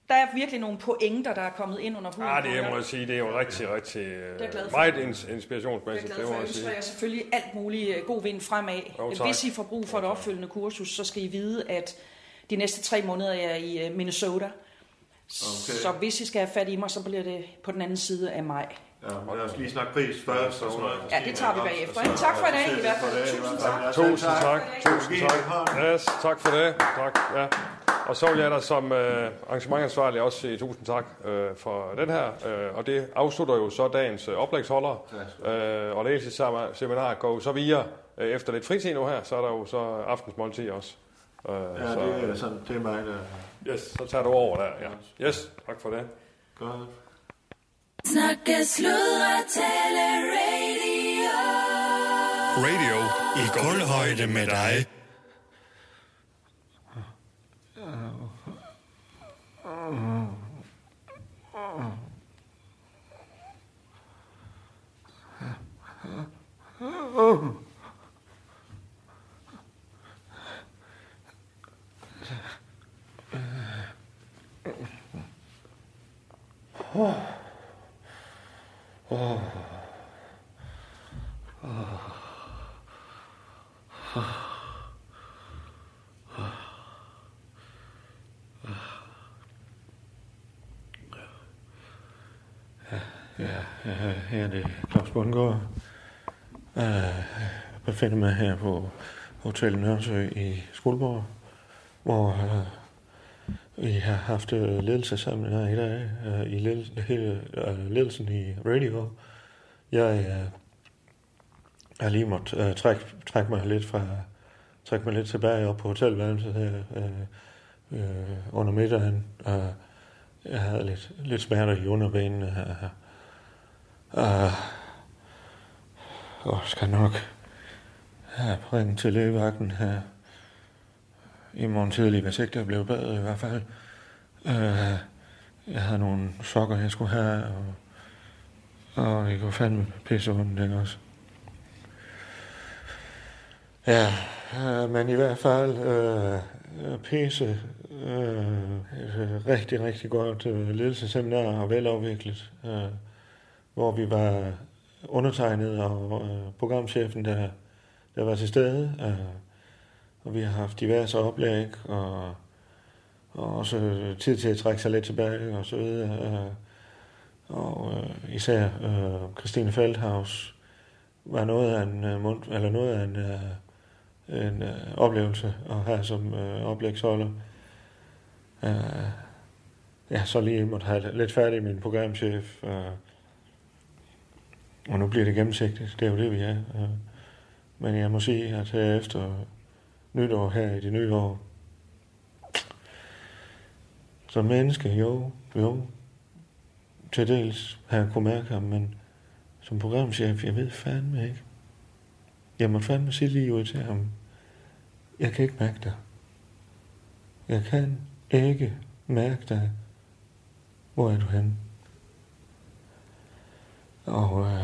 Der er virkelig nogle pointer, der er kommet ind under huden.
Ah, det
på jer.
jeg må jeg sige, det er jo rigtig, rigtig øh,
Det er jeg glad for.
meget ins-
Jeg er
inspirationsmæssigt.
glad for,
må
jeg
jeg
ønsker
sige.
jer selvfølgelig alt muligt øh, god vind fremad.
Jo, tak.
Hvis I får brug for et opfølgende kursus, så skal I vide, at de næste tre måneder er jeg i øh, Minnesota. Okay. Så hvis I skal have fat i mig, så bliver det på den anden side af maj.
ja, men lad os lige snakke pris først. og sådan noget.
Ja, det tager vi bagefter. ikke? Tak for i dag i hvert fald. Tusind tak.
Tusind tak. Tusind
Giv en hånd.
tak. Yes, tak for det. Tak. Ja. Og så vil jeg da som øh, arrangementansvarlig også sige tusind tak øh, for den her. Øh, og det afslutter jo så dagens øh, oplægsholder. Øh, og ledelsesseminaret går jo så videre øh, efter lidt fritid nu her, så er der jo så aftensmåltid også. Øh,
Ja,
så,
det er, sådan, det er mig, der...
yes, så tager du over der. Ja. Yes, tak for det.
Godt.
Snakke, sludre, tale, radio.
Radio i kulhøjde med dig.
Ja, Øh, her er det Claus Bundgaard. Øh, Jeg befinder mig her på Hotel Nørresø i Skuldborg, hvor øh, vi har haft øh, ledelsessamlinger i dag øh, i ledel- hele, øh, ledelsen i radio. Jeg øh, har lige måttet øh, trække, trække mig lidt fra trække mig lidt tilbage op på hotelværelset her øh, øh, under middagen. Og jeg havde lidt, lidt smerter i underbenene her. Og, og Ah. skal nok have ringe til lægevagten her i morgen tidlig, hvis ikke der blev bedre i hvert fald. Øh, jeg havde nogle sokker, jeg skulle have, og, og det kunne fandme pisse ondt, ikke også? Ja, øh, men i hvert fald øh, pisse øh, et rigtig, rigtig godt øh, ledelsesseminar og velafviklet. Øh, hvor vi var undertegnet og øh, programchefen, der, der var til stede. Øh, og vi har haft diverse oplæg og, og også tid til at trække sig lidt tilbage og så videre. Øh, og øh, især øh, Christine Feldhaus var noget af en, øh, mund, eller noget af en, øh, en øh, oplevelse at have som øh, oplægsholder. Øh, jeg har så lige måtte have lidt færdig med min programchef. Øh, Og nu bliver det gennemsigtigt, det er jo det, vi er. Øh, Men jeg må sige, at her efter nytår, her i det nye år, som menneske, jo, jo, til dels har jeg kunne mærke ham, men som programchef, jeg ved fandme ikke. Jeg må fandme sige lige ud til ham, jeg kan ikke mærke dig. Jeg kan ikke mærke dig. Hvor er du henne? Og øh,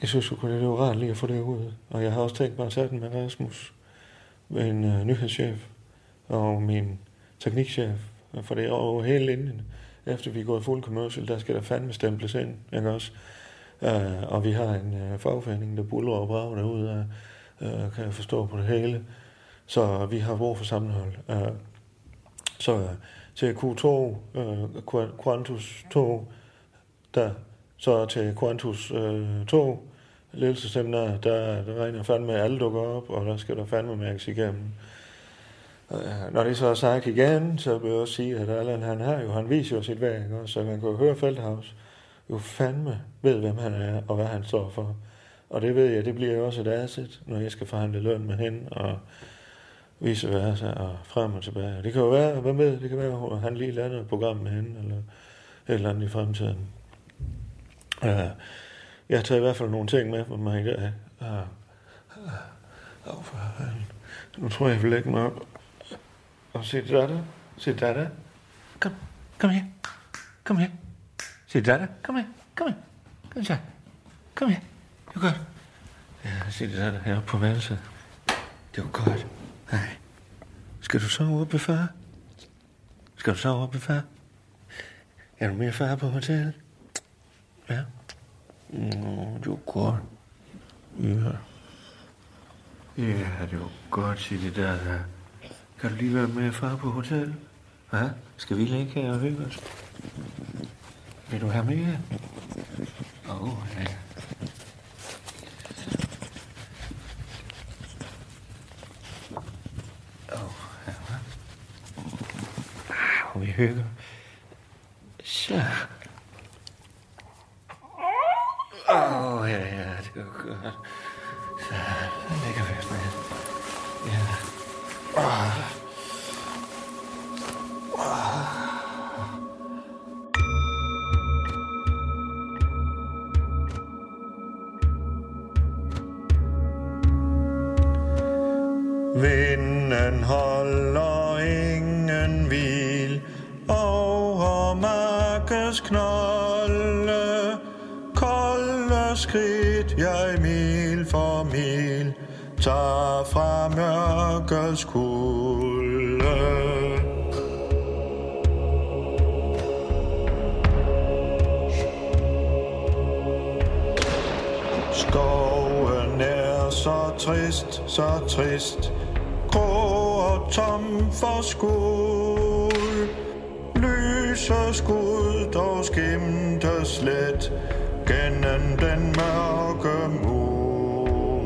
jeg synes sgu, det var rart lige at få det ud. Og jeg har også tænkt mig at tage den med Rasmus, min øh, nyhedschef og min teknikchef. For det er over hele linjen. Efter vi er gået fuld commercial, der skal der fandme stemples ind, ikke også? Øh, og vi har en øh, fagforening, der buller og brager derude, øh, kan jeg forstå på det hele. Så vi har brug for sammenhold. Øh, så øh, til Q2, øh, Quantus 2, der så til Quantus øh, 2, ledelsesseminar, der, der regner fandme, at alle dukker op, og der skal der fandme mærkes igennem. Øh, når det så er sagt igen, så vil jeg også sige, at Allan, han har jo, han viser jo sit værk, og så man kan jo høre Feldhaus jo fandme ved, hvem han er, og hvad han står for. Og det ved jeg, det bliver jo også et asset, når jeg skal forhandle løn med hende, og vice versa, og frem og tilbage. Det kan jo være, hvem ved, det kan være, at han lige lander et program med hende, eller et eller andet i fremtiden. Ja, Øh, jeg tager i hvert fald nogle ting med på mig i dag. Ja. Åh, for fanden. øh, Nu tror jeg, jeg vil lægge mig op. Og se datter. Se datter. Kom, kom her. Kom her. Se datter. Kom her. Kom her. Kom her. Kom her. Det var godt. Ja, se datter heroppe på værelset. Det var godt. Nej. Skal du sove oppe ved far? Skal du sove oppe ved far? Er du mere far på hotellet? Ja. Nå, Mm, det var godt. Ja. Ja, det var godt, sig det der. der. Kan du lige være med far på hotellet? Ja, skal vi ligge her og hygge os? Vil du have mere? Åh, oh, ja. og vi hygger. Så. Åh, oh, ja, ja, det var godt. Så, der ligger vi os ned. Ja. Oh. Vinden holder ingen hvil over markens knolde. Kolde skridt jeg mil for mil tager fra mørkets kulde. Skoven er så trist, så trist Grå og tom for skud Lyse skud, dog skimtes let Gennem den mørke mul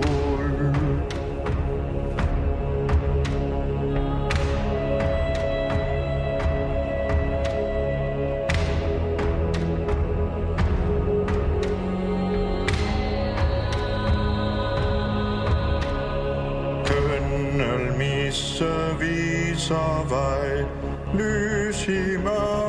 Kønnel misse viser vej, lys i mørk